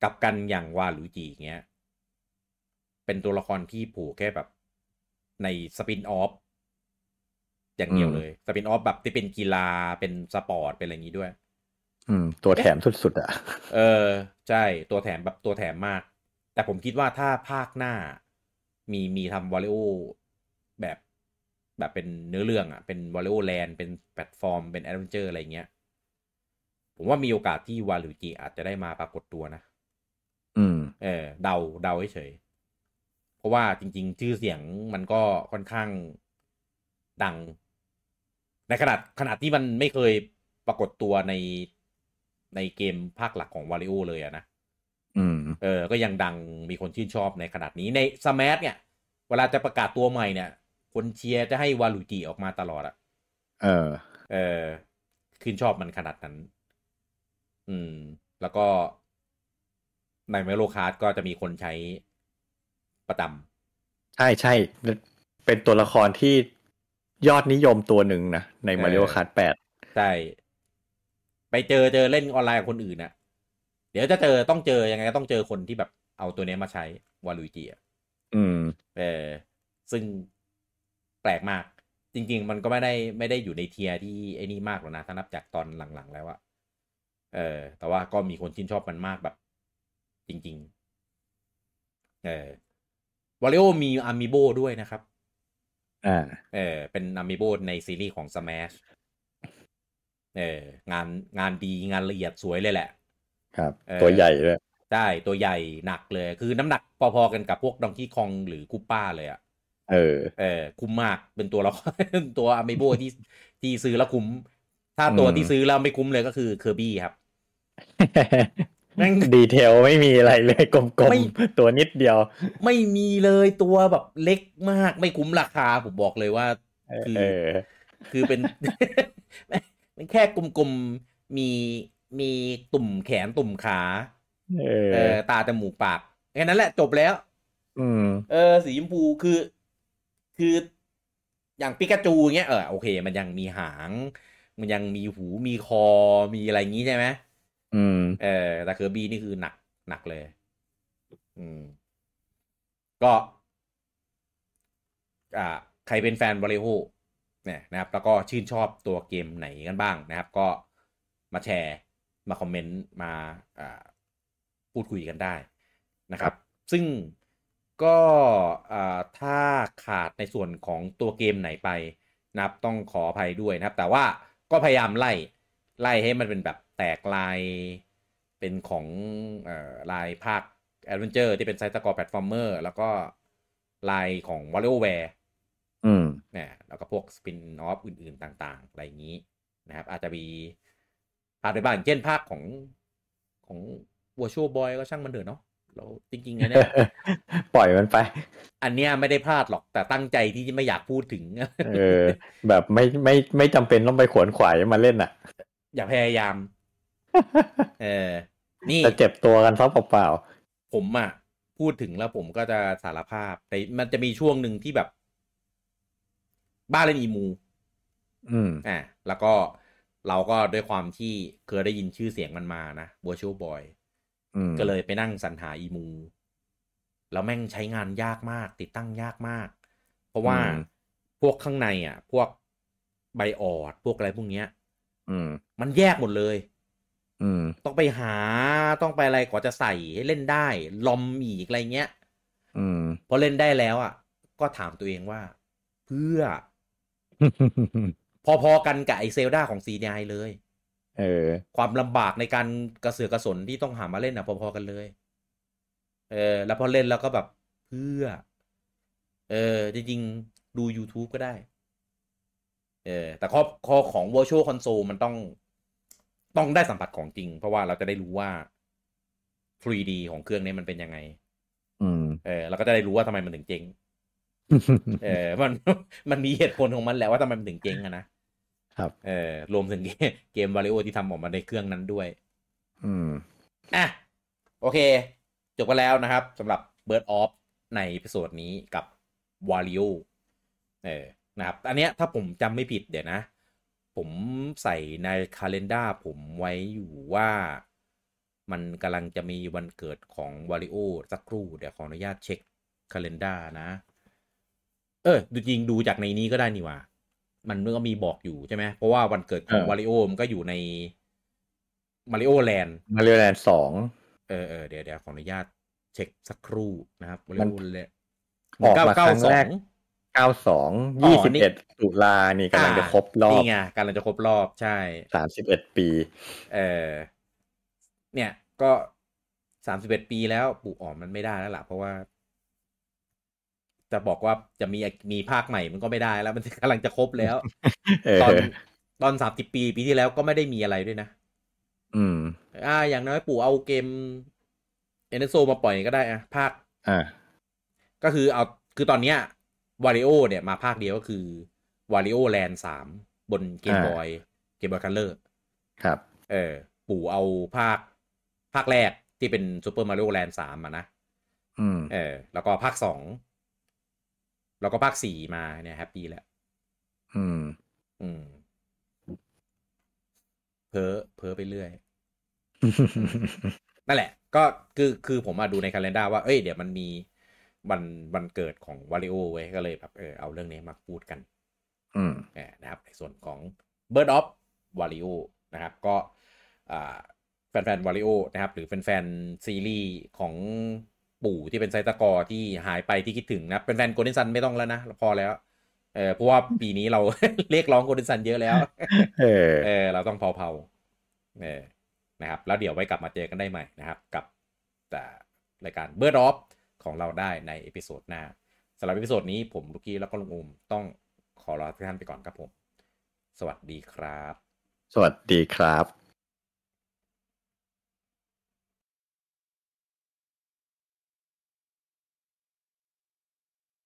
กลับกันอย่างวาหรือจีอย่างเงี้ย เป็นตัวละครที่โผูกแค่แบบในสปินออฟอย่างเดียว
อืม
เลย สปินออฟแบบที่เป็นกีฬาเป็นสปอร์ต เป็นอะไรอย่างนี้ด้วย
อืม ตัวแถมสุดๆอ่ะ
เออ ใช่ ตัวแถมแบบตัวแถมมาก แต่ผมคิดว่าถ้าภาคหน้า มีมีทำวอลเลโอแบบแบบเป็นเนื้อเรื่องอะ่ะ เป็นวอลเลโอแลนด์เป็นแพลตฟอร์ม เป็นแอดเวนเจอร์อะไรอย่างเงี้ย ผมว่ามีโอกาสที่วาหรือจีอาจจะได้มาปรากฏตัวนะ
อืม
เออเดาเดาเฉยๆเพราะว่าจริง ๆ ชื่อเสียงมันก็ค่อนข้างดัง ในขนาดขนาดที่มันไม่เคยปรากฏตัวในในเกมภาคหลักของวาริโอเลยอะนะ
อืม
เออ ก็ยังดังมีคนชื่นชอบในขนาดนี้ในสมาร์ทเนี่ย เวลาจะประกาศตัวใหม่เนี่ย คนเชียร์จะให้วาลุจิออกมาตลอดอะ
เออ
เออคืนชอบมันขนาดนั้น อืม แล้วก็ ในเมโลคาร์ดก็จะมีคนใช้ประจ
ใช่ใช่ เป็นตัวละครที่ยอดนิยมตัวหนึ่งนะ ในมาริโอคาร์ดแปด
ำใช่ไปเจอเจอเล่นออนไลน์กับคนอื่นนะเดี๋ยวจะเจอต้องเจอยังไงก็ต้องเจอคนที่แบบเอาตัวเนี้ยมาใช้วาลุยจีอะ
อืม
เออ ซึ่งแปลกมาก จริง ๆ มันก็ไม่ได้ไม่ได้อยู่ในเทียร์ที่ไอ้นี่มากหรอกนะถ้านับจากตอนหลังๆแล้วอะเออ แต่ว่าก็มีคนชื่นชอบมันมากแบบ จริง ๆ เออวอลเลโอมีอามิโบด้วยนะครับ
อ่า
เออเป็นอามิโบในซีรีส์ของ Smash เอองานงานดีงานละเอียดสวยเลยแหละ
ครับ
เออ
ตัวใหญ่เลย
ได้ ตัวใหญ่หนักเลย คือน้ำหนักพอๆกันกับพวกดอง e y ้คองหรือกูป้าเลยอะ่ะ
เออ
เออ คุ้มมากเป็นตัวละคร ตัวอามิโบที่ที่ซื้อแล้วคุ้ม ถ้าตัว
อืม
ที่ซื้อแล้วไม่คุ้มเลยก็คือเคอร์บี้ครับ แม่ ง
ดีเทลไม่มีอะไรเลยกลม
ไม่
ๆ ตัวนิดเดียว
ไม่มีเลยตัวแบบเล็กมากไม่คุ้มราคาผมบอกเลยว่า คือ
เออ
คือเป็น มันแค่กลมๆ มีมีตุ่มแขนตุ่มขา
เอ
เอ
อ
อตาจมูกปากแค่นั้นแหละจบแล้ว
อืม
เออสีชมพูคือ คืออย่างปิกาจูเงี้ยเออโอเค มันยังมีหาง มันยังมีหูมีคอมีอะไรอย่างงี้ใช่ไหม
อืม
เออแต่เคอร์บี้นี่คือหนักหนักเลย อืม ก็ อ่าใครเป็นแฟนวอลเลย์โฮเนี่ยนะครับ แล้วก็ชื่นชอบตัวเกมไหนกันบ้างนะครับ ก็มาแชร์มาคอมเมนต์มาอ่าพูดคุยกันได้นะครับ ซึ่งก็อ่าถ้าขาดในส่วนของตัวเกมไหนไปนะครับ ต้องขออภัยด้วยนะครับ แต่ว่าก็พยายามไล่ ไล่ให้มันเป็นแบบแตกลายเป็นของเอ่อลายภาคแอดเวนเจอร์ที่เป็นไซต์สกอร์แพลตฟอร์มเมอร์แล้วก็ลายของ w a r r i o w a r e
อืม
นะแล้วก็พวกสปินออฟอื่นๆต่าง ๆ อะไรอย่างนี้นะครับ อาจจะมีภาคไปบ้างอย่างเช่นภาคของของวัวชัวบอยก็ช่างมันเถอะเนาะแล้วจริงๆอันเนี้ย
ปล่อยมันไป
อันเนี้ยไม่ได้พลาดหรอกแต่ตั้งใจที่จะไม่อยากพูดถึง
เออ แบบไม่ไม่ไม่จำเป็นต้องไปขวนขวายมาเล่นอ่ะ
อย่าพยายาม เออ นี่
จะเจ็บตัวกันซะเปล่า
ผมอ่ะ พูดถึงแล้วผมก็จะสารภาพแต่มันจะมีช่วงหนึ่งที่แบบ บ้าเล่นอีมู
ๆอืม
อ่ะแล้วก็เราก็ด้วยความที่เคยได้ยินชื่อเสียงมันมานะบัวชูบอย
อืม
ก็เลยไปนั่งสรรหาอีมู แล้วแม่งใช้งานยากมาก ติดตั้งยากมาก เพราะว่าพวกข้างในอ่ะ พวกใบออด พวกอะไรพวกเนี้ย
อืม
มันแยกหมดเลย
อืม
ต้องไปหาต้องไปอะไรกว่าจะใส่ให้เล่นได้ ลอมอีกอะไรเงี้ย
อืม
พอเล่นได้แล้วอ่ะ ก็ถามตัวเองว่า เพื่อพอๆกันกับไอเซลดาของซีไนเลย
เออ
ความลำบากในการกระเสือกกระสนที่ต้องหามาเล่นอ่ะพอๆกันเลย เออ แล้วพอเล่นแล้วก็แบบเพื่อ เออ จริงๆ ดู YouTube ก็ได้ เออ แต่ข้อข้อของ Virtual Console มันต้อง ต้องได้สัมผัสของจริง เพราะว่าเราจะได้รู้ว่า 3D ของเครื่องนี้มันเป็นยังไง
อืม
เออเราก็จะได้รู้ว่าทำไมมันถึงเจ๊ง เออมัน มันมีเหตุผลของมันแหละว่าทำไมมันถึงเจ๊งอะนะครับ เออรวมถึงเกมเกมวาริโอที่ทำออกมาในเครื่องนั้นด้วย
อืม
อ่ะ โอเค จบกันแล้วนะครับสำหรับ Bird of ในพิโซดนี้กับ w a r i o เออนะครับ อันเนี้ยถ้าผมจำไม่ผิดเดี๋ยวนะ ผมใส่ในคาล endar ผมไว้อยู่ว่า มันกำลังจะมีวันเกิดของ w a r i o สักครู่ เดี๋ยวขออนุญาตเช็คคาล endar นะ เออดูจริงดูจากในนี้ก็ได้นี่หว่า มันก็มีบอกอยู่ใช่ไหมเพราะว่าวันเกิดของ
เออ
วาริโอมันก็อยู่ในมาริโอแลน
มาเรียแลนด์สอง
เออเออเดี๋ยวเดี๋ยวขออนุญาตเช็คสักครูนะครับ
มัน
บริบูรณ์เลย
ออกมาครั้งแรก
1992
เก้าสอง
อ๋
ยี่
อ
สิบ
นี่
เอ็ดตุลานี่กำลังจะครบรอบ
นี่ไงกำลังจะครบรอบใช่
สามสิบเอ็ดปี
เออเนี่ยก็สามสิบเอ็ดปีแล้วปู่อ๋อมมันไม่ได้แล้วล่ะ เพราะว่า จะบอกว่าจะมีมีภาคใหม่มันก็ไม่ได้แล้ว มัน กำลังจะครบแล้ว
เออ
ตอนตอนสามสิบปีปีที่แล้วก็ไม่ได้มีอะไรด้วยนะ
อืม
อ่า อย่างน้อยปู่เอาเกมเอเนโซมาปล่อยก็ได้อะภาค
อ่า
ก็คือเอาคือตอนเนี้ยวาริโอเนี่ยมาภาคเดียวก็คือวาริโอแลนด์สามบนเกมบอยเกมบอยคัลเลอร์
ครับ
เออ ปู่เอาภาคภาคแรกที่เป็นซูเปอร์มาริโอแลนด์สามมานะ
อืม
เออ แล้วก็ภาคสองแล้วก็ภาคสี่มาเนี่ยแฮปปี้แล้ว
อืม
อืม เพ้อเพ้อไปเรื่อย นั่นแหละ ก็คือคือผมมาดูในคาล endar ว่า เอ้ย เดี๋ยวมันมีวันวันเกิดของวาริโอเว้ยก็เลยแบบเออเอาเรื่องนี้มาพูดกัน
อืม
อ่านะครับในส่วนของ Bird of w a r i o นะครับก็อ่าแฟนๆ w a r i o นะครับหรือแฟนๆ ซีรีส์ของปู่ที่เป็นไซตากอที่หายไปที่คิดถึงนะเป็นแฟนโกลเด้นซันไม่ต้องแล้วนะ พอแล้วเออเพราะว่าปีนี้เรา เรียกร้องโกลเด้นซันเยอะแล้ว
เออ
เออเราต้องเผาๆเออนะครับ แล้วเดี๋ยวไว้กลับมาเจอกันได้ใหม่นะครับ กับแต่รายการเบ r ร์ดอฟของเราได้ในเอพิโซดหน้าสำหรับเอพิโซดนี้ผมลูกกี้แล้วก็ลุงอุมต้องขอลาทุกท่านไปก่อนครับผม สวัสดีครับ
สวัสดีครับ